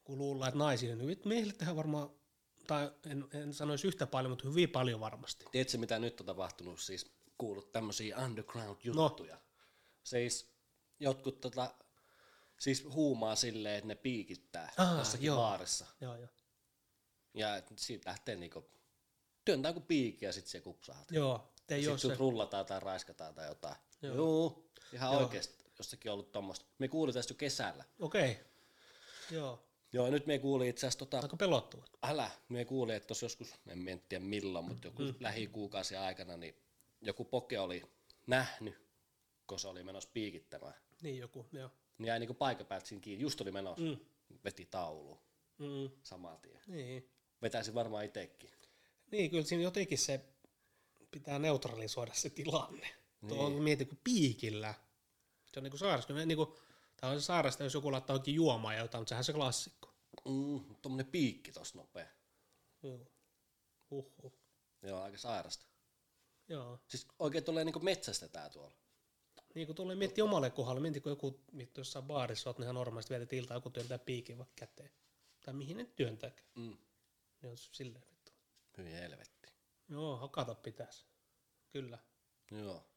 kun luullaan, että naisille, niin vit- miehille tehdään varmaan, tai en, en sanoisi yhtä paljon, mutta hyvin paljon varmasti. Tiedätkö, mitä nyt on tapahtunut? Siis kuullut tämmöisiä underground-juttuja. No. Siis jotkut tota, siis huumaa silleen, että ne piikittää ah, Ah, jossakin joo. joo. baarissa. Joo, joo. Ja et siitä lähtee niinku, työntää kuin piikki ja sit se kupsahtaa. Joo, te ei Sitten ole sut se. rullataan tai raiskataan tai jotain. Joo. Joo. Juu, ihan Joo. oikeesti jossakin ollut tommoista. Me kuulin tästä jo kesällä. Okei. Okay. Joo, Joo, nyt me kuulin itse asiassa tota, aika pelottava. älä, me kuulin, että tuossa joskus, en mä en tiedä milloin, mutta joku mm. lähikuukausia aikana, niin joku poke oli nähnyt, kun se oli menossa piikittämään. Niin joku, joo. Niin jäi niinku paikan päältä siinä kiinni, just oli menossa, Mm. mm. veti tauluun Mm. saman tien. Niin. Vetäisi varmaan itsekin. niin, kyllä siinä jotenkin se pitää neutralisoida se tilanne. Niin. Tuo Niin. on mieti kuin piikillä. Se on niin kuin sairasta. Niin kuin, tämä on sairasta, jos joku laittaa oikein juomaa ja jotain, mutta sehän on se klassikko. Mm, tommonen piikki tossa nopea. Joo. Huhhuh. Joo, aika sairasta. Joo. Siis oikein tulee niinku metsästetään tuolla. Niin kun tulee miettiä omalle kohdalle, mieti kun joku vittu jossain baarissa oot, niin ihan normaalisti vietät iltaa, joku työntää piikin vaikka käteen. Tai mihin ne työntääkään. Mm. Ne on silleen vittu. Hyvin helvetti. Joo, hakata pitäisi. Kyllä, Joo.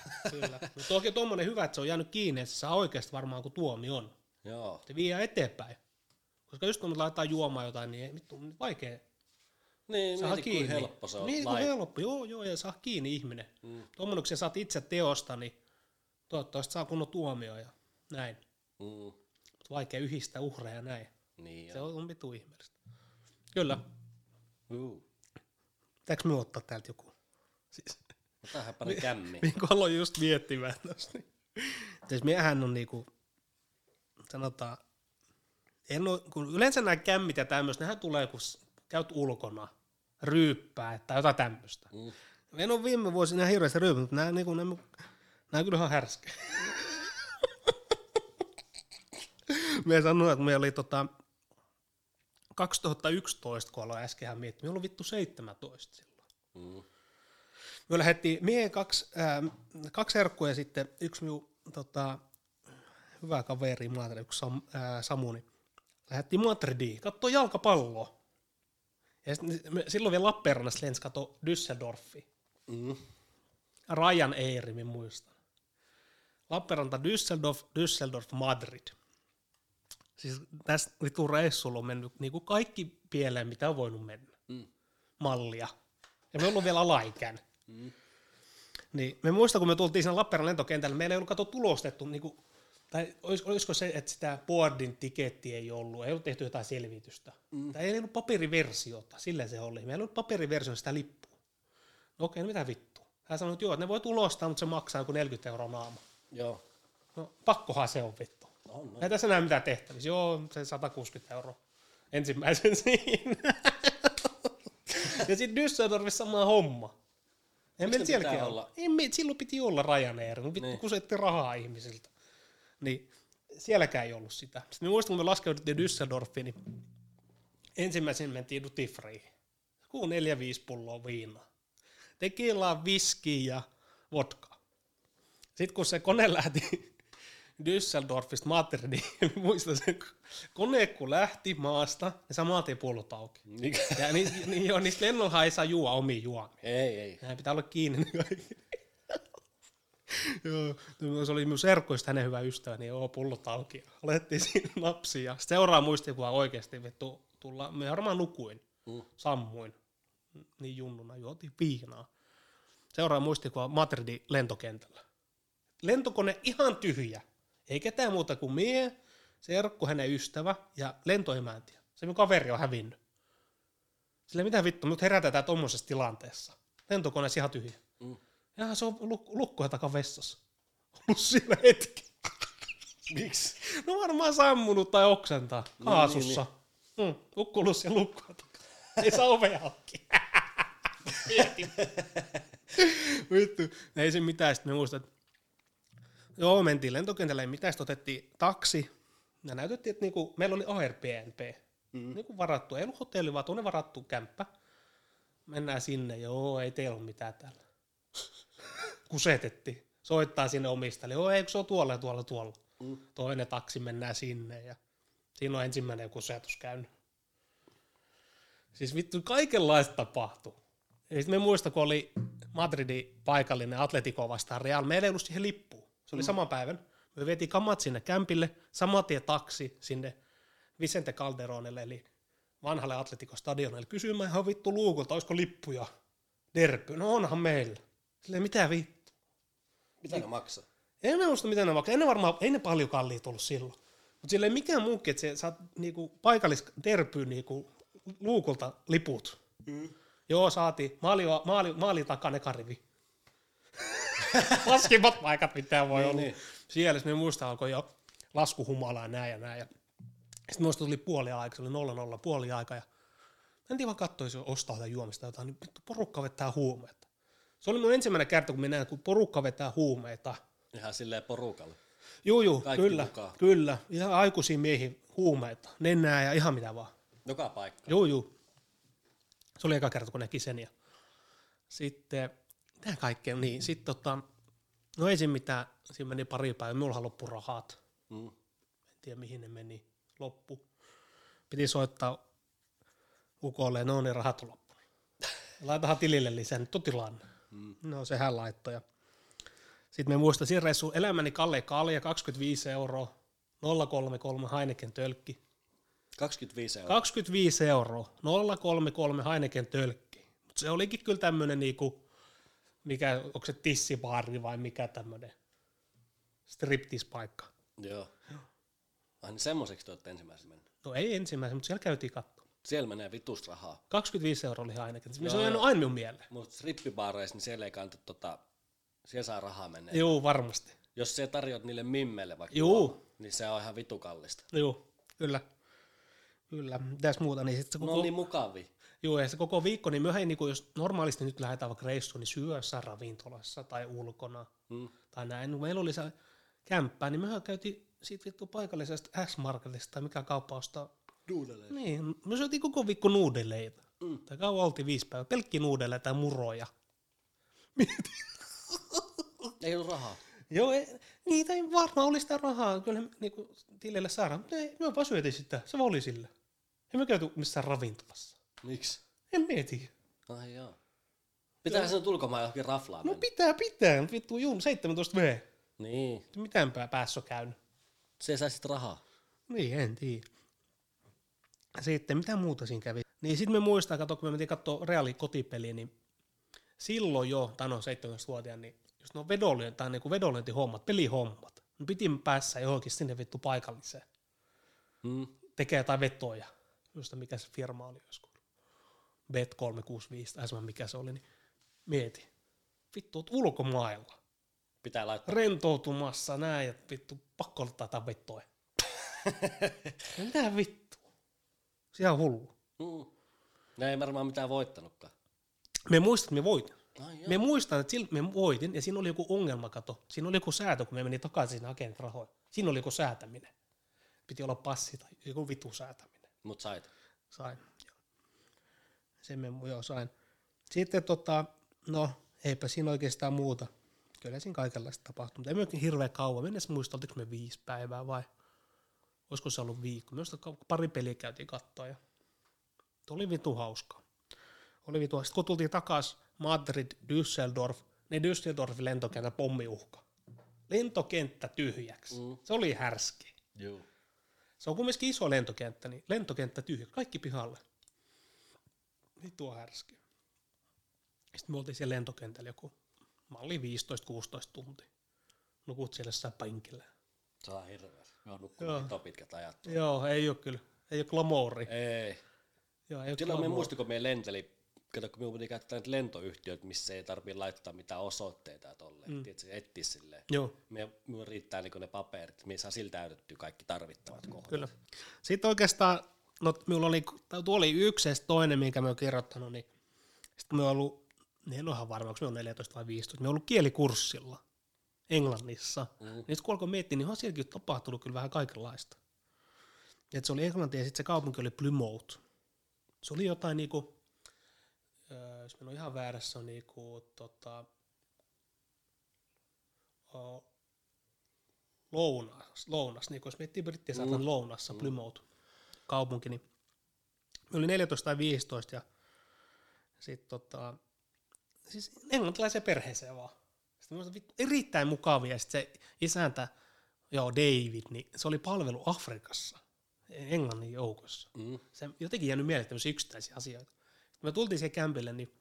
kyllä. Mutta toki tuommoinen hyvä, että se on jäänyt kiinni, että se saa oikeasti varmaan kun tuomi on. Joo. Se vie eteenpäin. Koska just kun me laitetaan juomaan jotain, niin ei, vittu, niin vaikea. Niin, Saa mieti, kiinni. kuin helppo se on. Niin, kun lait- helppo. Joo, joo, ja saa kiinni ihminen. Mm, Tuommoinen, kun sä saat itse teosta, niin toivottavasti saa kunnon tuomio ja näin. mm. Mut vaikea yhdistää uhreja näin. Niin, Se joo. on vitu ihmeellistä. Kyllä. Juu. Pitääkö me ottaa täältä joku? Siis, Otahan pari kämmi. niin kuin aloin just miettimään tuossa. Niin. Siis miehän on niinku, sanotaan, en oo, kun yleensä nämä kämmit ja tämmöiset, nehän tulee, kun s- käyt ulkona, ryyppää tai jotain tämmöistä. Mm. En ole viime vuosina ihan hirveästi ryyppinyt, mutta nämä, niinku, nämä, nämä kyllä ihan härskejä. me sanoin, että me oli tota, 2011, kun aloin äskenhän miettiä, me ollut vittu 17 silloin. Mm. Me lähdettiin, miehen kaksi, ää, kaksi herkkua ja sitten yksi minun tota, hyvä kaveri, mä ajattelin, kun Sam, ää, Samu, niin lähdettiin Madridiin, katsoi jalkapalloa. Ja sit, me, silloin vielä Lappeenrannassa lensi kato Düsseldorfi. Mm. Ryan Eeri, mä muistan. Lappeenranta, Düsseldorf, Düsseldorf, Madrid. Siis tässä vitun reissulla on mennyt niin kuin kaikki pieleen, mitä on voinut mennä. Mm. Mallia. Ja me ollut vielä alaikäinen. Mm. Niin, me muista, kun me tultiin siinä Lappeenrannan lentokentällä, meillä ei ollut kato tulostettu, niin kuin, tai olis- olisiko se, että sitä boardin tiketti ei ollut, ei ollut tehty jotain selvitystä. Mm. Tai ei ollut paperiversiota, sillä se oli. Meillä ei ollut paperiversiota sitä lippua. No okei, no mitä vittu. Hän sanoi, että joo, että ne voi tulostaa, mutta se maksaa joku 40 euroa naama. Joo. No, No pakkohan se on vittu. On, Ei tässä enää mitään tehtävissä. Joo, se 160 euroa. Ensimmäisen siinä. ja sitten Düsseldorfissa sama homma. En meillä Miksi ne pitää sielläkin olla? olla. En me, silloin piti olla Ryanair, kun vittu Niin. niin. kusetti rahaa ihmisiltä. Niin sielläkään ei ollut sitä. Sitten me muistan, kun me laskeuduttiin Düsseldorfiin, niin ensimmäisen mentiin duty free. Kuu neljä viisi pulloa viinaa. Tekilaa, viski ja vodka. Sitten kun se kone lähti Düsseldorfista Madridiin, niin muistan sen, kun kone kun lähti maasta, niin sä maatiin pullot auki. Niin. Ja ni, ni, joo, niistä lennolla ei saa juua omia juomia. ei, ei. Nämä pitää olla kiinni. Joo, no se oli myös Erkkoista hänen hyvä ystävä, niin joo, pullot auki. Alettiin siinä napsia. Sitten seuraa muistikuva oikeasti, vittu, tulla, me varmaan nukuin, Mm. sammuin, niin junnuna juotiin viinaa. Seuraa muistikuva Madridin lentokentällä. Lentokone ihan tyhjä, ei ketään muuta kuin mie, se Erkku, hänen ystävä ja lentoemäntiä. Se minun kaveri on hävinnyt. Sillä mitä vittu, mut herätetään tuommoisessa tilanteessa. Lentokone ihan tyhjä. Mm. Ja se on luk- lukko takan vessassa. Ollut siinä hetki. Miksi? No varmaan sammunut tai oksentaa kaasussa. No, niin, niin. Mm, ukko ollut siellä lukkoa takana. Ei saa ovea auki. Mieti. Vittu. Ei se mitään. Sitten me muistan, että joo, mentiin lentokentälle, mitä sitten otettiin taksi. Ja näytettiin, että niinku, meillä oli Airbnb. Mm. Niinku varattu, ei ollut hotelli, vaan tuonne varattu kämppä. Mennään sinne, joo, ei teillä ole mitään täällä. Kusetettiin. Soittaa sinne omistajalle, joo, eikö se ole tuolla ja tuolla ja tuolla Mm. toinen taksi mennään sinne ja siinä on ensimmäinen joku setus käynyt. Siis vittu, kaikenlaista tapahtuu. Ja sitten me muista, kun oli Madridin paikallinen Atletico vastaan Real, meillä ei ollut siihen lippua. Se oli saman päivän. Me vietiin kamat sinne kämpille, saman tien taksi sinne Vicente Calderonelle, eli vanhalle Atletico stadionille kysymään ihan vittu luukulta, olisiko lippuja derpy. No onhan meillä. Silleen, mitä vittu? Mitä ne maksaa? En mä muista, mitä ne maksaa. Ei ne varmaan, ei ne paljon kalliita ollut silloin. Mutta sillä ei mikään muukin, että sä saat niinku paikallis terpyyn niinku luukulta liput. Mm. Joo, saati. Maali, maali, maali takana karivi. Laskimmat paikat, mitä voi Niin, olla. niin. Siellä, jos me muista, alkoi jo laskuhumalaa näin ja näin. Ja sitten muista tuli puoli aika, se oli nolla nolla puoli aika. Ja mentiin vaan katsoa, jos ostaa jotain juomista jotain, niin vittu, porukka vetää huumeita. Se oli mun ensimmäinen kerta, kun minä näin, kun porukka vetää huumeita. Ihan silleen porukalla. Juu, juu, Kaikki kyllä, mukaan. kyllä. Ihan aikuisiin miehiin huumeita, nenää ja ihan mitä vaan. Joka paikka. Juu, juu. Se oli eka kerta, kun näki sen. Ja... Sitten, mitä kaikkea, niin sitten tota, no ei siinä mitään, siinä meni pari päivää, minulla loppu rahat, Mm. en tiedä mihin ne meni, loppu. Piti soittaa ukolle, no ne rahat on loppu. Laitahan tilille lisää, nyt on tilanne. Mm. No sehän laittoi. Sitten me muistan siinä reissu elämäni Kalle Kalja, 25 euroa, 033 Heineken tölkki. 25 euroa. 25 euroa, 033 Heineken tölkki. Mut se olikin kyllä tämmönen niinku, mikä, onko se tissibaari vai mikä tämmönen striptispaikka. Joo. Ai niin semmoiseksi te olette ensimmäisenä mennyt. No ei ensimmäisen, mutta siellä käytiin katto. Siellä menee vitust rahaa. 25 euroa oli Heineken, se Joo, on jäänyt aina minun mieleen. Mutta strippibaareissa, niin siellä ei kannata tota, siellä saa rahaa mennä. Joo, varmasti. Jos sä tarjoat niille mimmeille vaikka Juu. juomaa, niin se on ihan vitu kallista. Joo, kyllä. Kyllä, mitäs muuta, niin sitten se No niin mukavi. Joo, ja se koko viikko, niin myöhän niin jos normaalisti nyt lähdetään vaikka reissuun, niin syössä ravintolassa tai ulkona Mm. tai näin. No, meillä oli se kämppää, niin mehän käytiin siitä vittu paikallisesta S-Marketista tai mikä kauppa ostaa. Duudelee. Niin, me syötiin koko viikko nuudeleita. Mm. Mm. Tai kauan oltiin viisi päivää, pelkki nuudeleita ja muroja. No, Ei ollut rahaa. Joo, ei, niitä ei varmaan oli sitä rahaa, kyllä niinku, tilille saadaan, mutta ei, me vaan syötiin sitä, se oli sillä. Ei me käyty missään ravintolassa. Miksi? En mieti. Ai joo. Pitääkö se nyt ulkomaan johonkin raflaan No mennä? pitää, pitää, mutta vittu juun 17 V. Niin. Mitään pää- päässä on käynyt. Se sai sitten rahaa. Niin, en tiedä. Sitten mitä muuta siinä kävi? Niin sitten me muistaa, kato, kun me mentiin katsoa Reali kotipeliä, niin silloin jo, tai no 17-vuotiaan, niin just no vedollinen, tai niinku vedonlyöntihommat, pelihommat, me piti päässä johonkin sinne vittu paikalliseen, Mm. tekee jotain vetoja, just mikä se firma oli joskus, Bet365, tai semmoinen mikä se oli, niin mieti, vittu, oot ulkomailla, Pitää laittaa. rentoutumassa näin, ja vittu, pakko ottaa jotain vetoja. Mitä vittu? Se on hullu. Mm. Ne ei varmaan mitään voittanutkaan. Me muistan, että me voitin. Ai No joo. Me muistan, että sillä me voitin, ja siinä oli joku ongelmakato. Siinä oli joku säätö, kun me meni takaisin sinne hakemaan niitä rahoja. Siinä oli joku säätäminen. Piti olla passi tai joku vitu säätäminen. Mut sait. Sain. joo. Sen me mu- joo sain. Sitten tota, no, eipä siinä oikeastaan muuta. Kyllä siinä kaikenlaista tapahtui, mutta ei me hirveän kauan. Mennessä muisteltiko me viisi päivää vai olisiko se ollut viikko. Minusta pari peliä käytiin kattoa ja Tuo oli vitu hauskaa. Oli vitu. Sitten kun tultiin takas Madrid, Düsseldorf, niin Düsseldorfin lentokentän pommiuhka. Lentokenttä tyhjäksi. Mm. Mm. Se oli härski. Joo. Se on kumminkin iso lentokenttä, niin lentokenttä tyhjä, kaikki pihalle. Niin tuo härski. Sitten me oltiin siellä lentokentällä joku, mä olin 15-16 tuntia. Nukut siellä jossain penkillä. Se on hirveä. Me Joo. on nukkunut niin pitkät ajat. Joo, ei ole kyllä. Ei ole glamouri. Ei. Joo, ei ole Silloin me glamouri. muistin, kun me lenteli, kato, kun me piti käyttää näitä lentoyhtiöitä, missä ei tarvitse laittaa mitään osoitteita ja tolleen. Mm. Tiedätkö, etsiä silleen. Joo, Me, me riittää niin ne paperit, me saa siltä täytettyä kaikki tarvittavat kohdat. kyllä. Sitten oikeastaan, no minulla oli, tuo oli yksi ja sit toinen, minkä mä oon kirjoittanut, niin sitten me oon ollut, niin en ole ihan varma, onko me on 14 vai 15, me oon ollut kielikurssilla Englannissa. Mm. Niin sit kun alkoi miettiä, niin on sielläkin tapahtunut kyllä vähän kaikenlaista. Et se oli Englanti ja sitten se kaupunki oli Plymouth. Se oli jotain niinku, öö, jos mä en ole ihan väärässä, se on niinku tota, o, lounas, lounas niinku jos miettii Brittisaarten Mm. mm. lounassa Plymouth kaupunki, niin me oli 14 tai 15 ja sitten tota, siis englantilaiseen perheeseen vaan. Sitten musta vittu, erittäin mukavia. Sitten se isäntä, joo David, niin se oli palvelu Afrikassa, Englannin joukossa. Mm. Se jotenkin jäänyt mieleen tämmöisiä yksittäisiä asioita. Sitten me tultiin siihen kämpille, niin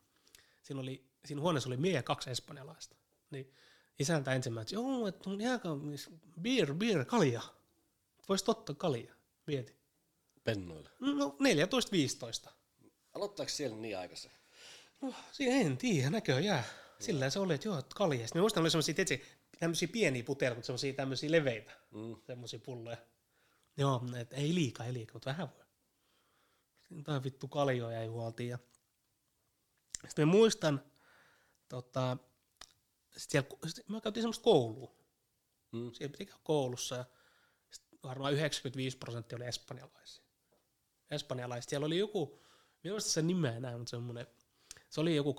siinä, oli, siinä huoneessa oli mie ja kaksi espanjalaista. Niin isäntä ensimmäisenä, joo, että on ihan beer, beer, kalja. Voisi totta kalja. Mieti. Pennuilla. No 14-15. Aloittaako siellä niin aikaisin? No, siinä en tiedä, näköjään. Sillä se oli, että joo, että kalja. Sitten mä muistan, oli semmoisia, tietysti, tämmöisiä pieniä puteja, mutta semmoisia tämmöisiä leveitä, Mm. semmoisia pulloja. Joo, et ei liikaa, ei liikaa, mutta vähän voi. Jotain vittu kaljoja ei juoltiin. Ja... Sitten mä muistan, tota, sit siellä, sit mä käytiin semmoista koulua. Mm. Siellä piti käydä koulussa ja sit varmaan 95 prosenttia oli espanjalaisia. Espanjalaiset. Siellä oli joku, minä muista sen nimeä enää, mutta semmoinen, se oli joku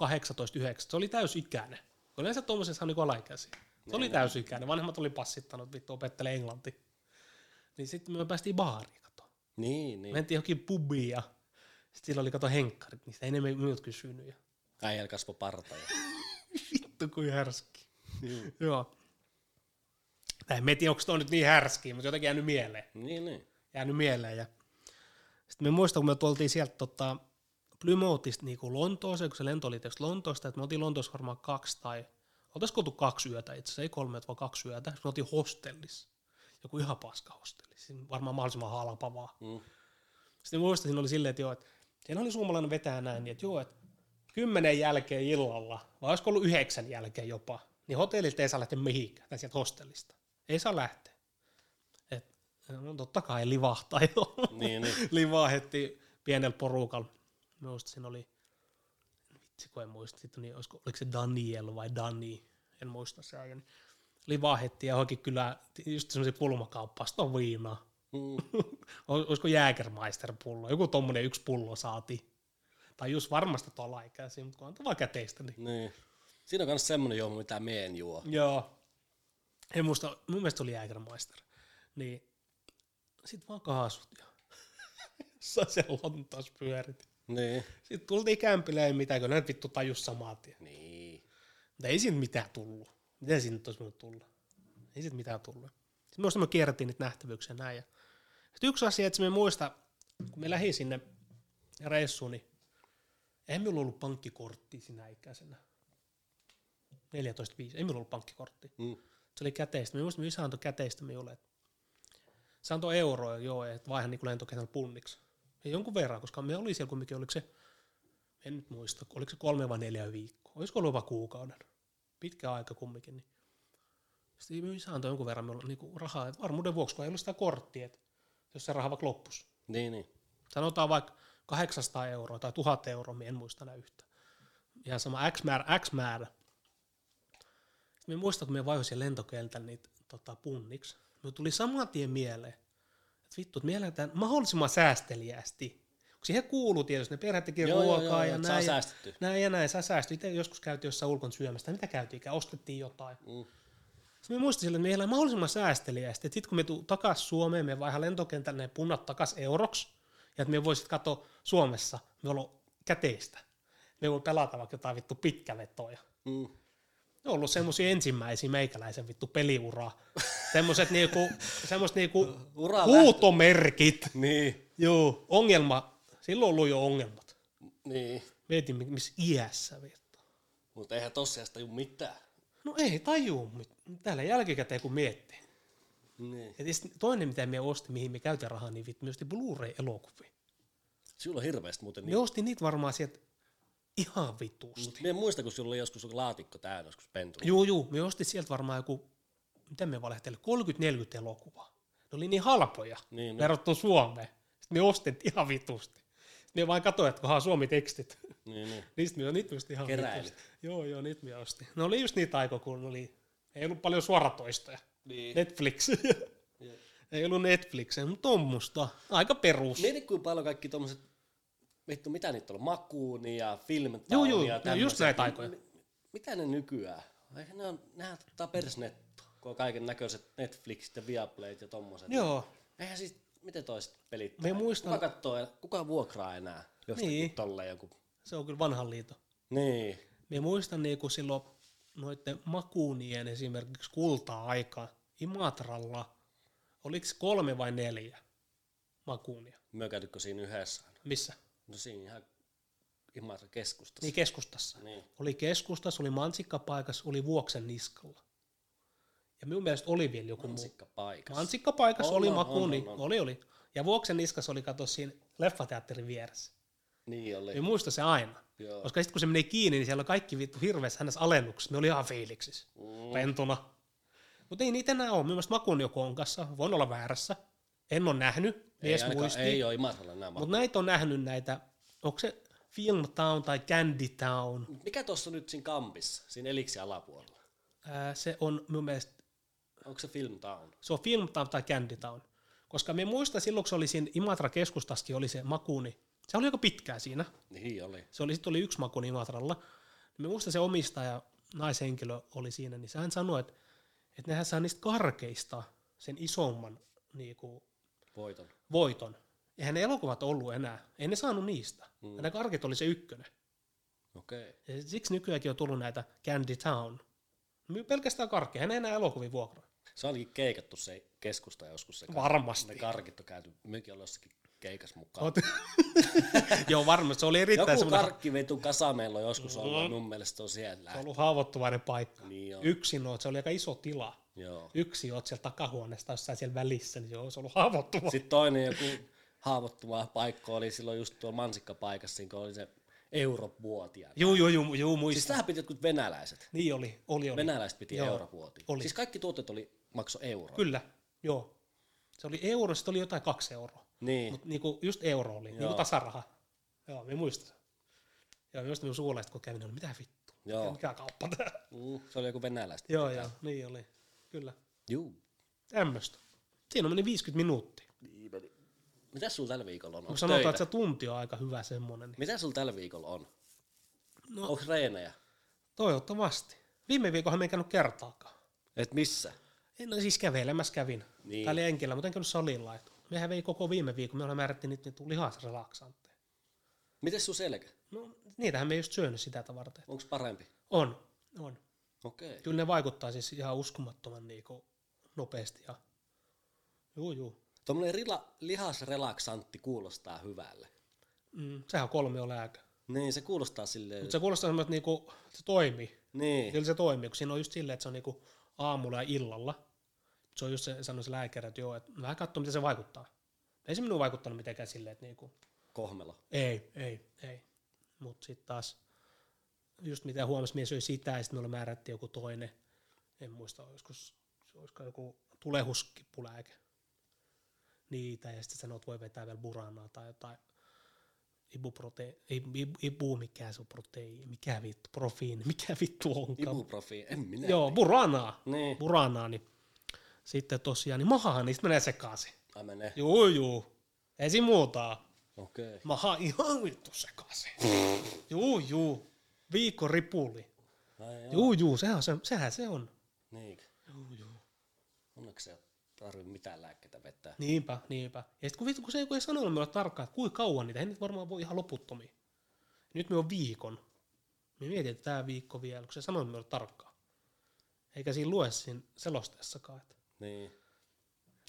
18-19, se oli täysikäinen. Kun Yleensä tuommoisessa on niin alaikäisiä. Se oli täysikäinen, vanhemmat oli passittanut, vittu opettelee englanti. Niin sitten me päästiin baariin kato. Niin, Niin. niin. Mentiin johonkin pubiin ja sitten sillä oli kato henkkarit, niistä ei ne minut kysynyt. Ja Äijällä kasvo partaja. vittu kuin härski. Joo. Tai en mä tiedä, onko toi nyt niin härski, mutta jotenkin jäänyt mieleen. niin, niin. Jäänyt mieleen. Ja... Sitten me muistan, kun me tultiin sieltä tota, Plymouthista niin Lontooseen, kun se lento oli tietysti Lontoosta, että me oltiin Lontoossa varmaan kaksi tai oltaisiko oltu kaksi yötä, itse asiassa ei kolme, vaan kaksi yötä. Sitten me oltiin hostellissa, joku ihan paska hostelli, siis varmaan mahdollisimman halpa vaan. Mm. Sitten mä muistan, siinä oli silleen, että joo, että siinä oli suomalainen vetää näin, niin että joo, että kymmenen jälkeen illalla, vai olisiko ollut yhdeksän jälkeen jopa, niin hotellilta ei saa lähteä mihinkään, tai sieltä hostellista. Ei saa lähteä. Et, no totta kai livahtaa jo. Niin, niin. Livahettiin pienellä porukalla. Mä muistan, siinä oli, vitsi kun en muista, sit, niin olisiko, oliko se Daniel vai Dani, en muista se ajan. niin Livahettiin johonkin kyllä just semmoisia pulmakauppaa, sitten on viinaa. Mm. Ol- olisiko Jägermeister-pullo, joku tommonen yksi pullo saati. Tai just varmasti tuolla alaikäisiä, mutta kun antaa vaan käteistä, niin niin. Siinä on myös semmoinen juoma, mitä me en juo. joo. En muista, mun mielestä oli Jägermeister. Niin sit vaan kaasut ja sä siellä lontas pyörit. Niin. Sitten tultiin kämpille, ei mitään, kun näin vittu tajus samaa tien. Niin. Mutta ei siinä mitään tullut. Miten siinä nyt olisi voinut tulla? Ei siitä mitään tullut. Sitten muista me kierrättiin niitä nähtävyyksiä näin. Ja... Sitten yksi asia, että me muista, kun me lähdin sinne reissuun, niin ei minulla ollut pankkikorttia sinä ikäisenä. 14-5, ei minulla ollut pankkikorttia. Mm. Se oli käteistä. Minä muistan, minun isä antoi käteistä minulle. että Se antoi euroja, joo, että vaihan niin lentokentällä punniksi. Ja jonkun verran, koska me oli siellä kumminkin, oliko se, en nyt muista, oliko se kolme vai neljä viikkoa. Olisiko ollut jopa kuukauden? Pitkä aika kumminkin. Niin. Sitten minun isä antoi jonkun verran minulle niin rahaa, että varmuuden vuoksi, kun ei ollut sitä korttia, että jos se raha vaikka loppuisi. Niin, niin. Sanotaan vaikka 800 euroa tai 1000 euroa, minä en muista enää yhtä. Ihan sama X määrä, X määrä. Sitten muistan, kun me vaihoisin lentokentällä niitä tota, punniksi. Me tuli saman tien mieleen, että vittu, että me eletään mahdollisimman säästeliästi. Kun siihen kuuluu tietysti, ne perheet tekee Joo, joo, ruokaa joo, ja että saa näin. ja- säästettyä. Näin ja näin, saa säästyä. Itse joskus käytiin jossain ulkon syömästä. Mitä käytiinkään? Ostettiin jotain. Mm. Sitten me muistin sille, että me elää mahdollisimman säästeliästi. Sitten kun me tuu takas Suomeen, me vaihan lentokentällä ne punnat takas euroksi. Ja että me voisit katsoa Suomessa, me ollaan käteistä. Me voi pelata vaikka jotain vittu pitkävetoja. Mm. Ne on ollut semmoisia ensimmäisiä meikäläisen vittu peliuraa. Semmoiset niinku, semmoset niinku Ura huutomerkit. Niin. Joo, ongelma. Silloin on ollut jo ongelmat. Niin. Mietin, mi- missä iässä vittu. Mutta eihän tosiaan sitä juu mitään. No ei tajuu, mutta täällä jälkikäteen kun miettii. Niin. Ja tietysti toinen, mitä me ostin, mihin me käytin rahaa, niin vittu, me ostin Blu-ray-elokuvia. Sulla on hirveästi muuten Me niin. ostin niitä varmaan sieltä ihan vitusti. Mut Mä en muista, kun sulla oli joskus joku laatikko täynnä, joskus pentu. Juu, juu, me ostin sieltä varmaan joku, mitä me valehtelimme, 30-40 elokuvaa. Ne oli niin halpoja Niin, niin, verrattuna Suomeen. Sitten me ostin ihan vitusti. Sitten me vain katsoin, että kunhan on suomi-tekstit. niin, niin. Niistä me niitä ostin ihan Keräilit. vitusti. Joo, joo, niitä me ostin. Ne oli just niitä aikoja, kun oli, ei ollut paljon suoratoistoja. niin. Netflix. ei ollut Netflixen, mutta tommusta. Aika perus. Mieti, kuinka paljon kaikki tommoset, vittu, mitä niitä on, makuuni ja filmit Joo, joo, ja joo, tämmöset. just näitä aikoja. M- m- Mitä ne nykyään? Eihän ne on, nehän ottaa persnetto, kun on kaiken näköiset Netflixit ja Viaplayt ja tommoset. Joo, Eihän siis, miten toiset pelit? Me muistan- Kuka kattoo, kuka vuokraa enää jostakin niin. Niin. tolleen joku? se on kyllä vanhan liiton. Niin. Me muistan niin kuin silloin noiden makuunien esimerkiksi kulta-aika Imatralla, oliko se kolme vai neljä makuunia? Mökätykö siinä yhdessä? Missä? No siinä ihan Imatra keskustassa. Niin keskustassa. Niin. Oli keskustassa, oli mansikkapaikassa, oli vuoksen niskalla. Ja minun mielestä oli vielä joku muu. Mansikka paikassa. Mansikkapaikassa On, oli on, makuuni, on, on, on. oli oli. Ja vuoksen niskassa oli kato siinä leffateatterin vieressä. Niin oli. Me muista se aina. Joo. Koska sitten kun se meni kiinni, niin siellä oli kaikki vittu hirveässä hänessä alennuksessa. Ne oli ihan fiiliksissä. Mm. pentuna. Mutta ei niitä enää ole. Mielestäni makuun joku on kanssa. Voin olla väärässä. En ole nähnyt. Ei, Mies ainakaan, muisti. ei ole Imatralla enää makuuni. Mutta näitä on nähnyt näitä. Onko se Film Town tai Candy Town? Mikä tuossa on nyt siinä kampissa, siinä eliksi alapuolella? Ää, se on mun mielestä, Onko se Film Town? se on Film Town tai Candy Town. Koska me muista silloin, kun se oli siinä Imatra-keskustaskin, oli se makuuni. Se oli aika pitkää siinä. Niin oli. Se oli, sitten oli yksi maku niin Imatralla. Me muista se omistaja, naishenkilö oli siinä, niin hän sanoi, että, että nehän saa niistä karkeista sen isomman niin kuin, Voiton. voiton. Eihän ne elokuvat ollut enää. Ei ne saanut niistä. Mm. Mm. Ja ne karkit oli se ykkönen. Okei. Okay. Ja siksi nykyäänkin on tullut näitä Candy Town. My- Pelkästään karkkeja. Hän ei enää elokuvia vuokraa. Se on ainakin keikattu se keskusta joskus. Se karkki. Ne Varmasti. karkit on käyty. Mekin ollaan jossakin keikas mukaan. Oot- Joo, varmasti. Se oli erittäin Joku semmoinen... karkki vetun kasa meillä on joskus ollut. Mun mielestä se on siellä. Se on ollut haavoittuvainen paikka. Niin on. Yksin oot, se oli aika iso tila. Joo. Yksin oot siellä takahuoneesta jossain siellä välissä, niin joo, se on ollut haavoittuva. Sitten toinen joku haavoittuva paikka oli silloin just tuolla mansikkapaikassa, siinä kun oli se europuotia. Juu, juu, juu, juu, Siis muista. tähän piti jotkut venäläiset. Niin oli, oli, oli. Venäläiset piti Joo, europuotia. oli. Siis kaikki tuotteet oli makso euroa. Kyllä, joo. Se oli euro, sitten oli jotain kaksi euroa. Niin. Mut niinku, just euro oli, Joo. niinku tasaraha. Joo, me muistan sen. Joo, just minun suolaiset kun kävin, oli mitä vittu, Joo. mikä kauppa tää. Mm, se oli joku venäläistä. Joo, joo, niin oli, kyllä. Juu. Tämmöstä. Siinä meni 50 minuuttia. Mitäs sulla tällä viikolla on? Kun Onko sanotaan, töitä? että se tunti on aika hyvä semmonen, niin Mitä sulla tällä viikolla on? No. No. Onko reenejä? toivottavasti. Viime viikolla me ei käynyt kertaakaan. Et missä? En, no siis kävelemässä kävin. Niin. Niin. Tai lenkillä, mutta en käynyt salilla. Et Mehän vei koko viime viikon, me ollaan määrätty niitä niitä lihasrelaksantteja. Miten sun selkä? No, niitähän me ei just syönyt sitä varten. Onko parempi? On, on. Okei. Okay. Kyllä ne vaikuttaa siis ihan uskomattoman niinku nopeasti. Ja... Juu, juu. Tuommoinen rila, lihasrelaksantti kuulostaa hyvälle. Mm, sehän on kolme lääke. Niin, se kuulostaa silleen. Mutta se kuulostaa semmoista, että niinku, se toimii. Niin. Kyllä se toimii, kun siinä on just silleen, että se on niinku aamulla ja illalla. Se on just se, sanoi se lääkäri, että joo, että vähän katsoo, miten se vaikuttaa. Ei se minun vaikuttanut mitenkään silleen, että niinku, Kohmelo. ei, ei, ei. Mutta sitten taas, just mitä huomasi, mies söi sitä ja sitten minulle määrättiin joku toinen. En muista, joskus, olisiko joku tulehuskippulääke. Niitä ja sitten sanoit, voi vetää vielä buranaa tai jotain. Ibuprote, ibu, ibu, ibu mikä se on proteiini, mikä vittu, profiini, mikä vittu onkaan. Ibuprofi, en minä. Joo, buranaa. Niin. Buranaa, niin sitten tosiaan, niin mahahan niistä menee sekaisin. Ai menee. Juu, juu. Ei siinä muuta. Okei. Okay. Maha ihan vittu sekaisin. juu, juu. Viikko ripuli. Ai joo. Juu, juu, sehän, se, sehän se on. Niin. Juu, juu. Onneksi ei tarvitse mitään lääkkeitä vetää. Niinpä, niinpä. Ja sitten kun, vittu, kun se ei kun ei sanonut minulle tarkkaan, että kuinka kauan niitä, ei niitä varmaan voi ihan loputtomia. Nyt me on viikon. Me mietin, että tämä viikko vielä, kun se sanoi minulle tarkkaan. Eikä siinä lue siinä selosteessakaan. Että Niin.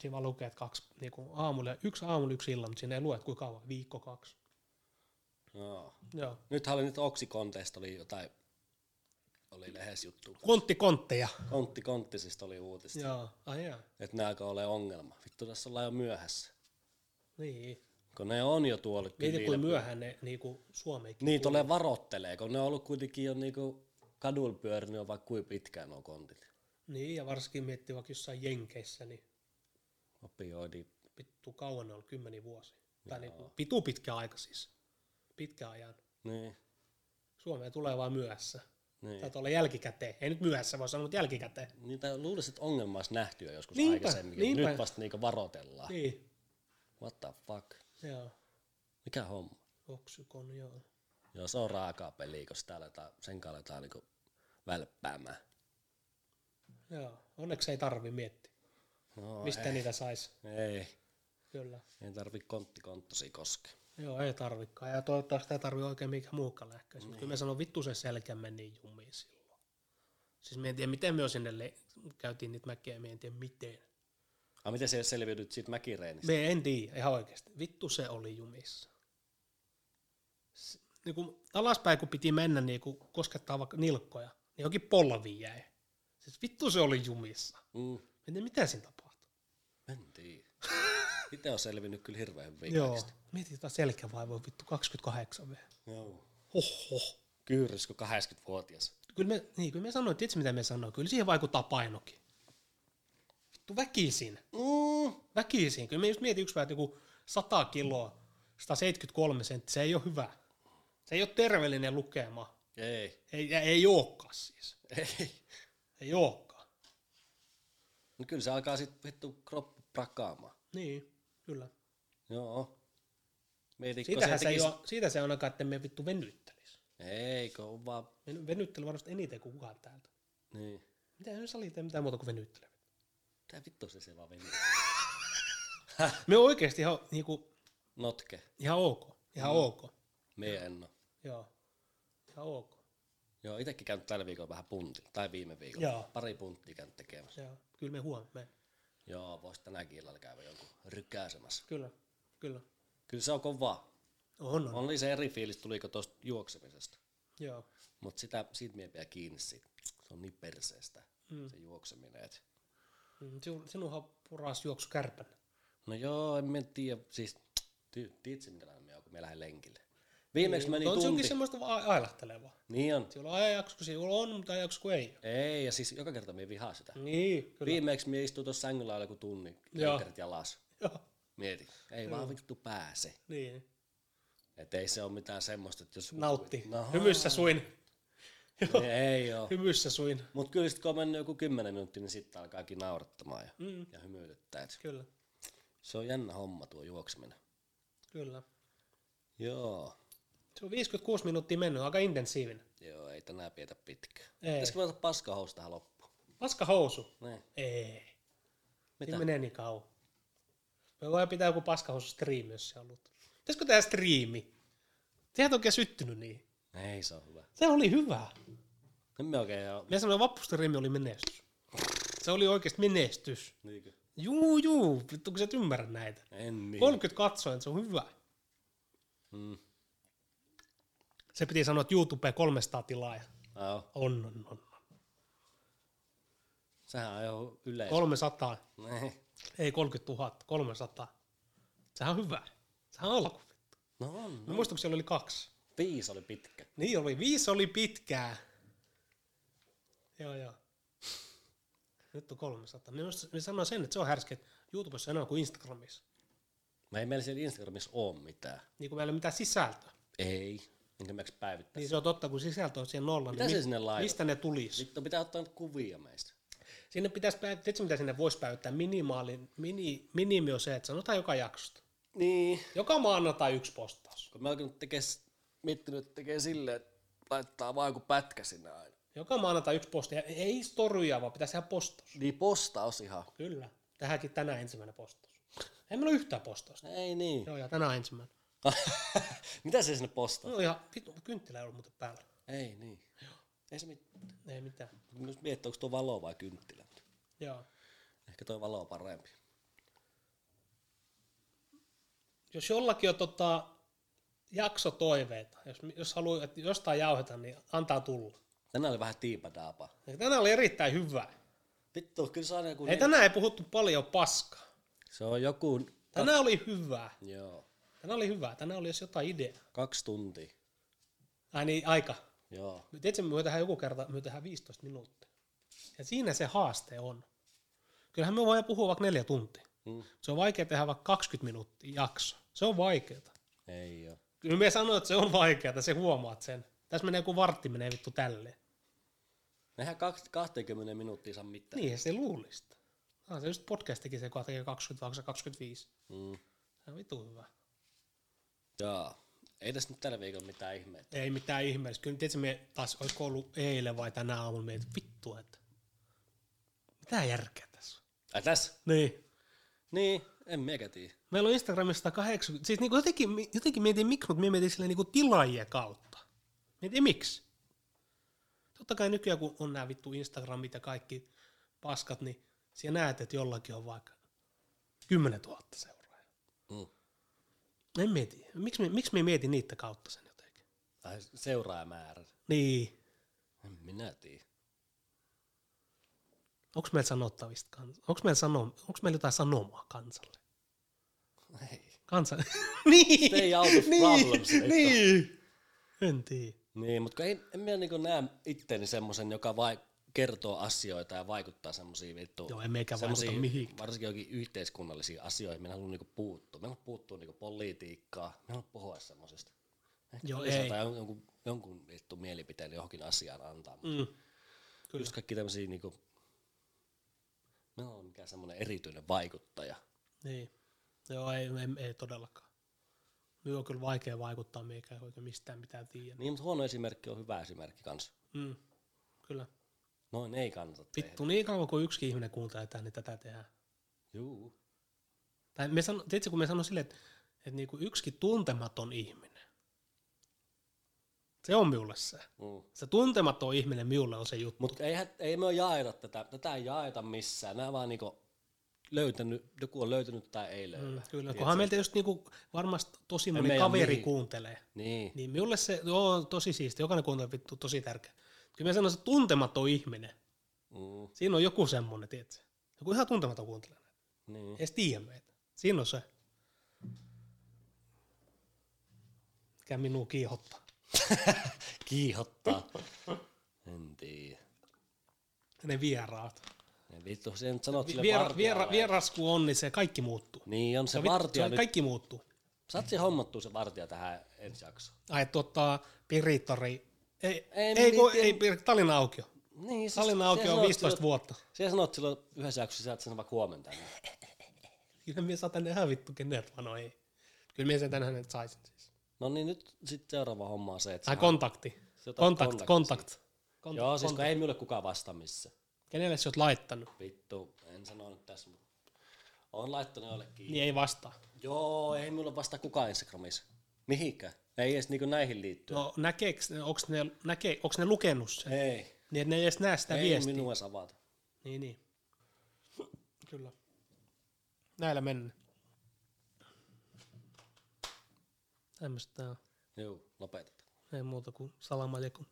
siinä vaan lukee, että kaksi, niin kuin aamulla, yksi aamulla, yksi illalla, mutta siinä ei lue, että kuinka kauan, viikko, kaksi. Joo. Joo. Nythän oli nyt oksikonteista oli jotain, oli lehes juttu. Kontti kontteja. Kontti konttisista oli uutista, Joo, ai jaa. että nämä alkaa ole ongelma. Vittu tässä ollaan jo myöhässä. Niin. Kun ne on jo tuolla Mieti, kuin kylillä. myöhään ne niinku Suomeenkin. Niin tulee varottelee, kun ne on ollut kuitenkin jo niinku kadulla pyörinyt jo vaikka kuin pitkään nuo kontit. Niin, ja varsinkin miettii vaikka jossain Jenkeissä, niin Opioidi. vittu kauan ne on kymmeniä vuosia. Tai niinku, pitu pitkä aika siis. Pitkä ajan. Niin. Suomeen tulee vaan myöhässä. Niin. Tai tuolla jälkikäteen. Ei nyt myöhässä voi sanoa, mutta jälkikäteen. Niitä luulisi, että ongelma olisi nähty jo joskus Niinpä, aikaisemmin. niinpä. Nyt vasta niinku varotellaan. Niin. Niin, What the fuck? joo. Mikä homma? Oksykon, joo. Joo, se on raakaa peliä, kun sitä aletaan, sen kanssa aletaan niinku välppäämään. Joo, onneksi ei tarvi miettiä. No, Mistä niin? niitä saisi? Ei, Kyllä. ei tarvi kontti konttosi koske. Joo, ei tarvikaan. Ja toivottavasti ei tarvi oikein mikä muukaan lääkkäys. Niin. Kyllä me sanon, vittu se selkä meni jumiin silloin. Siis me en tiedä, miten me jo sinne le- käytiin niitä mäkiä, me en tiedä miten. Ai Ah, miten se selviydyt siitä mäkireenistä? Me en tiedä, ihan oikeasti. Vittu se oli jumissa. S- Niin kun alaspäin kun piti mennä niin kun koskettaa vaikka nilkkoja, niin jokin polvi jäi. Siis vittu se oli jumissa. Mm, Mä en tiedä, mitä siinä tapahtui. en tiedä. Itse on selvinnyt kyllä hirveän Joo. viikasta. Mietin jotain selkävaivoa, vittu 28 vielä. Joo. Hoho. Kyyryskö 80-vuotias? Kyllä me, niin, kyllä me sanoin, tiedätkö mitä me sanoin? Kyllä siihen vaikuttaa painokin. Vittu väkisin. Mm. Väkisin. Kyllä me just mietin yksi päivä, että joku 100 kiloa, 173 senttiä, se ei ole hyvä. Se ei ole terveellinen lukema. Ei, Ei, ja ei olekaan siis. ei. Ei olekaan. No kyllä se alkaa sit vittu kroppu prakaamaan. Niin, kyllä. Joo. Mietitkö Siitähän se, tekisi- ei ole, siitä se on ainakaan, että me vittu venyttelisi. Ei, kun on vaan... Me venyttely varmasti eniten kuin kukaan täältä. Niin. Mitä ei sali tee mitään muuta kuin venyttelyä. Mitä vittu se se vaan veni? Me on oikeasti ihan, niinku, Notke. ihan ok. Ihan mm. ok. Me en oo. Joo. Ihan ok. Joo, itsekin käynyt tällä viikolla vähän puntilla, tai viime viikolla. Joo. Pari punttia käynyt tekemässä. Joo. Kyllä me huomioon. Joo, vois tänäkin illalla käydä jonkun rykäisemässä. Kyllä, kyllä. Kyllä se on kovaa. On, on. on. On oli se eri fiilis, tuliko tuosta juoksemisesta. Joo. Mutta sitä, siitä mie vielä kiinni siitä. Se on niin perseestä, mm. se juokseminen. Et. Mm, sinu- Sinunhan on puras juoksu kärpänä. No joo, en mä tiedä. Siis, ty- tiedätkö minkälainen mie on, kun mie lähden lenkille. Viimeksi meni Niin, on se tunti. onkin semmoista vaan ailahtelevaa. Niin on. Siellä on ajanjakso, kun siellä on, mutta ajanjakso, kun ei. Ei, ja siis joka kerta mie vihaa sitä. Niin, kyllä. Viimeeksi mie istuin tuossa sängyllä aina joku tunnin, Joo. lenkkarit jalas. Joo, Mieti, ei vaan vittu pääse. niin. Et ei se ole mitään semmoista, että jos... Nautti. No, Hymyssä suin. ei, ei ole. Hymyssä suin. Mut kyllä sit kun on mennyt joku 10 minuuttia, niin sitten alkaakin naurattamaan ja, Mm, ja hymyilyttää. Et kyllä, se on jännä homma tuo juokseminen. kyllä. Joo. Se on 56 minuuttia mennyt, aika intensiivinen. Joo, ei tänään pietä pitkään. Ei. Pitäisikö mä ottaa paskahousta tähän loppuun? Paska housu. Niin. Ei. Mitä? Niin menee niin kauan. Me voidaan pitää joku paskahousu striimi, jos sä haluat. Pitäisikö tehdä striimi? Sehän on oikein syttynyt niin. Ei se on hyvä. Se oli hyvä. En me oikein oo. Minä sanoin, vappustriimi oli menestys. Se oli oikeasti menestys. Niinkö? Juu, juu, vittu kun sä et ymmärrä näitä. En niin. 30 katsoen, se on hyvä. Mm. Se piti sanoa, että YouTube 300 tilaajaa. Joo. On, on, on. Sehän on jo yleisö. 300, Niin. ei 30 000, 300. Sehän on hyvä. Sehän on alku. No on. Mä muistan, kun siellä oli kaksi. Viisi oli pitkä. Niin oli, viisi oli pitkää. Joo, joo. Nyt on 300. Niin mä sanoin sen, että se on härski, että YouTubessa enää kuin Instagramissa. Mä ei meillä siellä Instagramissa oo mitään. Niin kuin meillä ei ole mitään sisältöä. Ei. Enkä mäks päivittää. Niin se on totta, kun sisältö on siellä nolla, Mitä niin se mi- sinne Niin. laitat? mistä ne tulisi? Vittu pitää ottaa nyt kuvia meistä. Sinne pitäisi, päiv- tiedätkö mitä sinne voisi päivittää? Minimaalin, mini, minimi on se, että sanotaan joka jaksosta. Niin. Joka maanantai yksi postaus. Kun mä oonkin nyt tekee, s- miettinyt, että tekee silleen, että laittaa vaan joku pätkä sinne aina. Joka maanantai yksi postaus. Ja Ei storyja, vaan pitäisi tehdä postaus. Niin postaus ihan. Kyllä. Tähänkin tänään ensimmäinen postaus. Ei meillä ole yhtään postausta. Ei niin. Joo, ja tänään ensimmäinen. Mitä se sinne postaa? No ihan, vittu, kynttilä ei ollut muuten päällä. Ei niin. Ei se mitään. Ei mitään. Myös miettii, onko tuo valo vai kynttilä. Joo. Ehkä tuo valo on parempi. Jos jollakin on tota, jaksotoiveita, jos, jos haluaa, että jostain jauhetaan, niin antaa tulla. Tänään oli vähän tiipadaapa. Ja tänään oli erittäin hyvä. Vittu, kyllä se on joku... Ei tänään ei puhuttu paljon paskaa. Se on joku... Tänään oli hyvää. Joo. Tänään oli hyvää. Tänään oli jos jotain ideaa. Kaksi tuntia. Ai niin, aika. Joo. Tiedätkö, me tehdään joku kerta, me tehdään 15 minuuttia. Ja siinä se haaste on. Kyllähän me voidaan puhua vaikka neljä tuntia. Mm. Se on vaikea tehdä vaikka 20 minuuttia jakso. Se on vaikeaa. Ei oo. Kyllä me sanoin, että se on vaikeaa, se huomaat sen. Tässä menee joku vartti menee vittu tälleen. Nehän kaks- 20 minuuttia saa mitään. Niin, se luulista. Ah, se just podcastikin se, kun tekee 20 vai 25. Mm. Se on vitu hyvä. Joo. Ei tässä nyt tällä viikolla mitään ihmeitä. Ei mitään ihmeellistä. Kyllä tietysti me taas olisiko ollut eilen vai tänä aamulla meitä vittu, että mitä järkeä tässä on? Ai tässä? Niin. Niin, en miekä tiedä. Meillä on Instagramissa 80, siis niinku jotenkin, jotenkin mietin miksi, mutta me mietin silleen niinku tilaajien kautta. Mietin miksi. Totta kai nykyään kun on nämä vittu Instagramit ja kaikki paskat, niin siellä näet, että jollakin on vaikka 10 000 seuraajaa. Mm. En mieti. Miksi me, miksi me mietin niitä kautta sen jotenkin? Ai seuraajamäärä. Niin. En minä tiedä. Onko meillä sanottavista kans? Onko meillä, sano, onko meillä jotain sanomaa kansalle? Ei. Kansa... niin. Stay out of problems, Niin. Veikko. niin. En tiedä. Niin, mutta en, en minä niinku näe itteni semmoisen, joka vai kertoo asioita ja vaikuttaa semmoisiin vittu. Joo, ei meikä vaikuta semmoisiin mihinkään. Varsinkin jokin yhteiskunnallisiin asioihin. Minä haluan niinku puuttua. Minä haluan puuttua niinku politiikkaa. Minä haluan puhua semmoisesta. Ehkä Joo, lisää ei. Tai jon- jonkun, jonkun vittu mielipiteen johonkin asiaan antaa. Mm, Mm. kyllä. Just kaikki tämmöisiä niinku... Minä olen mikään semmoinen erityinen vaikuttaja. Niin. Joo, ei, ei, ei todellakaan. Nyt on kyllä vaikea vaikuttaa meikä oikein mistään mitään tiedä. Niin, mutta huono esimerkki on hyvä esimerkki kanssa. Mm. Kyllä. Noin ei kannata tehdä. Vittu, niin kauan kuin yksi ihminen kuuntelee tätä, niin tätä tehdään. Juu. Tai me sano, tiedätkö, kun me sanon silleen, että, että niinku yksikin tuntematon ihminen, se on minulle se. Mm. Se tuntematon ihminen minulle on se juttu. Mutta eihän, ei me jaeta tätä, tätä ei jaeta missään. Nämä vaan niinku löytänyt, joku on löytänyt tai ei löydä. Mm, kyllä, Tiedätkö? kunhan meiltä just niinku varmasti tosi moni meidän kaveri mihin. kuuntelee. Niin. Niin minulle se joo, on tosi siisti, jokainen kuuntelee vittu tosi tärkeä. Kyllä mä sanoisin, että tuntematon ihminen, Mm, siinä on joku semmoinen, tiedätkö? Joku ihan tuntematon kuuntelee näitä, niin. ei edes tiedä meitä. Siinä on se. Mikä minua kiihottaa. Kiihottaa. en tiedä. Ne vieraat. Ne vittu, sen sanot sille Viera, vartijalle. viera, vieras kun on, niin se kaikki muuttuu. Niin on se, Se, se vittu, vartija se nyt. kaikki muuttuu. Saat se hommattua se vartija tähän ensi jaksoon. Ai tuota, Piritori. Ei, ei, Ei, ei, kun, miten- ei, ei Tallinnan aukio. Niin, siis Tallinnan siellä aukio on sanot 15 silloin, vuotta. Siellä sanot silloin yhdessä jaksossa, sä et sanoa vaikka huomenta. Kyllä minä saa tänne ihan vittu kenet, vaan no ei. Kyllä minä sen tänne hänet saisin siis. No niin, nyt sit seuraava homma on se, että... Ai sä- kontakti. sä Kontakt, otat kontaktin kontakt. siihen. kontakt. Joo, siis kun ei minulle kukaan vastaa missä. Kenelle sä oot laittanut? Vittu, en sano nyt tässä, mutta On laittanut jollekin. Niin ei vastaa. Joo, ei mulla vastaa kukaan Instagramissa. Mihinkään. Ei edes niinku näihin liittyen. No näkeeks, ne- onks ne, näkee, onks ne lukenut sen? Ei. Niin et ne ei edes näe sitä ei viestiä. minua savata. Niin, niin. Kyllä. Näillä mennään. Tämmöstä on. Joo, lopetetaan. Ei muuta kuin salamalekum.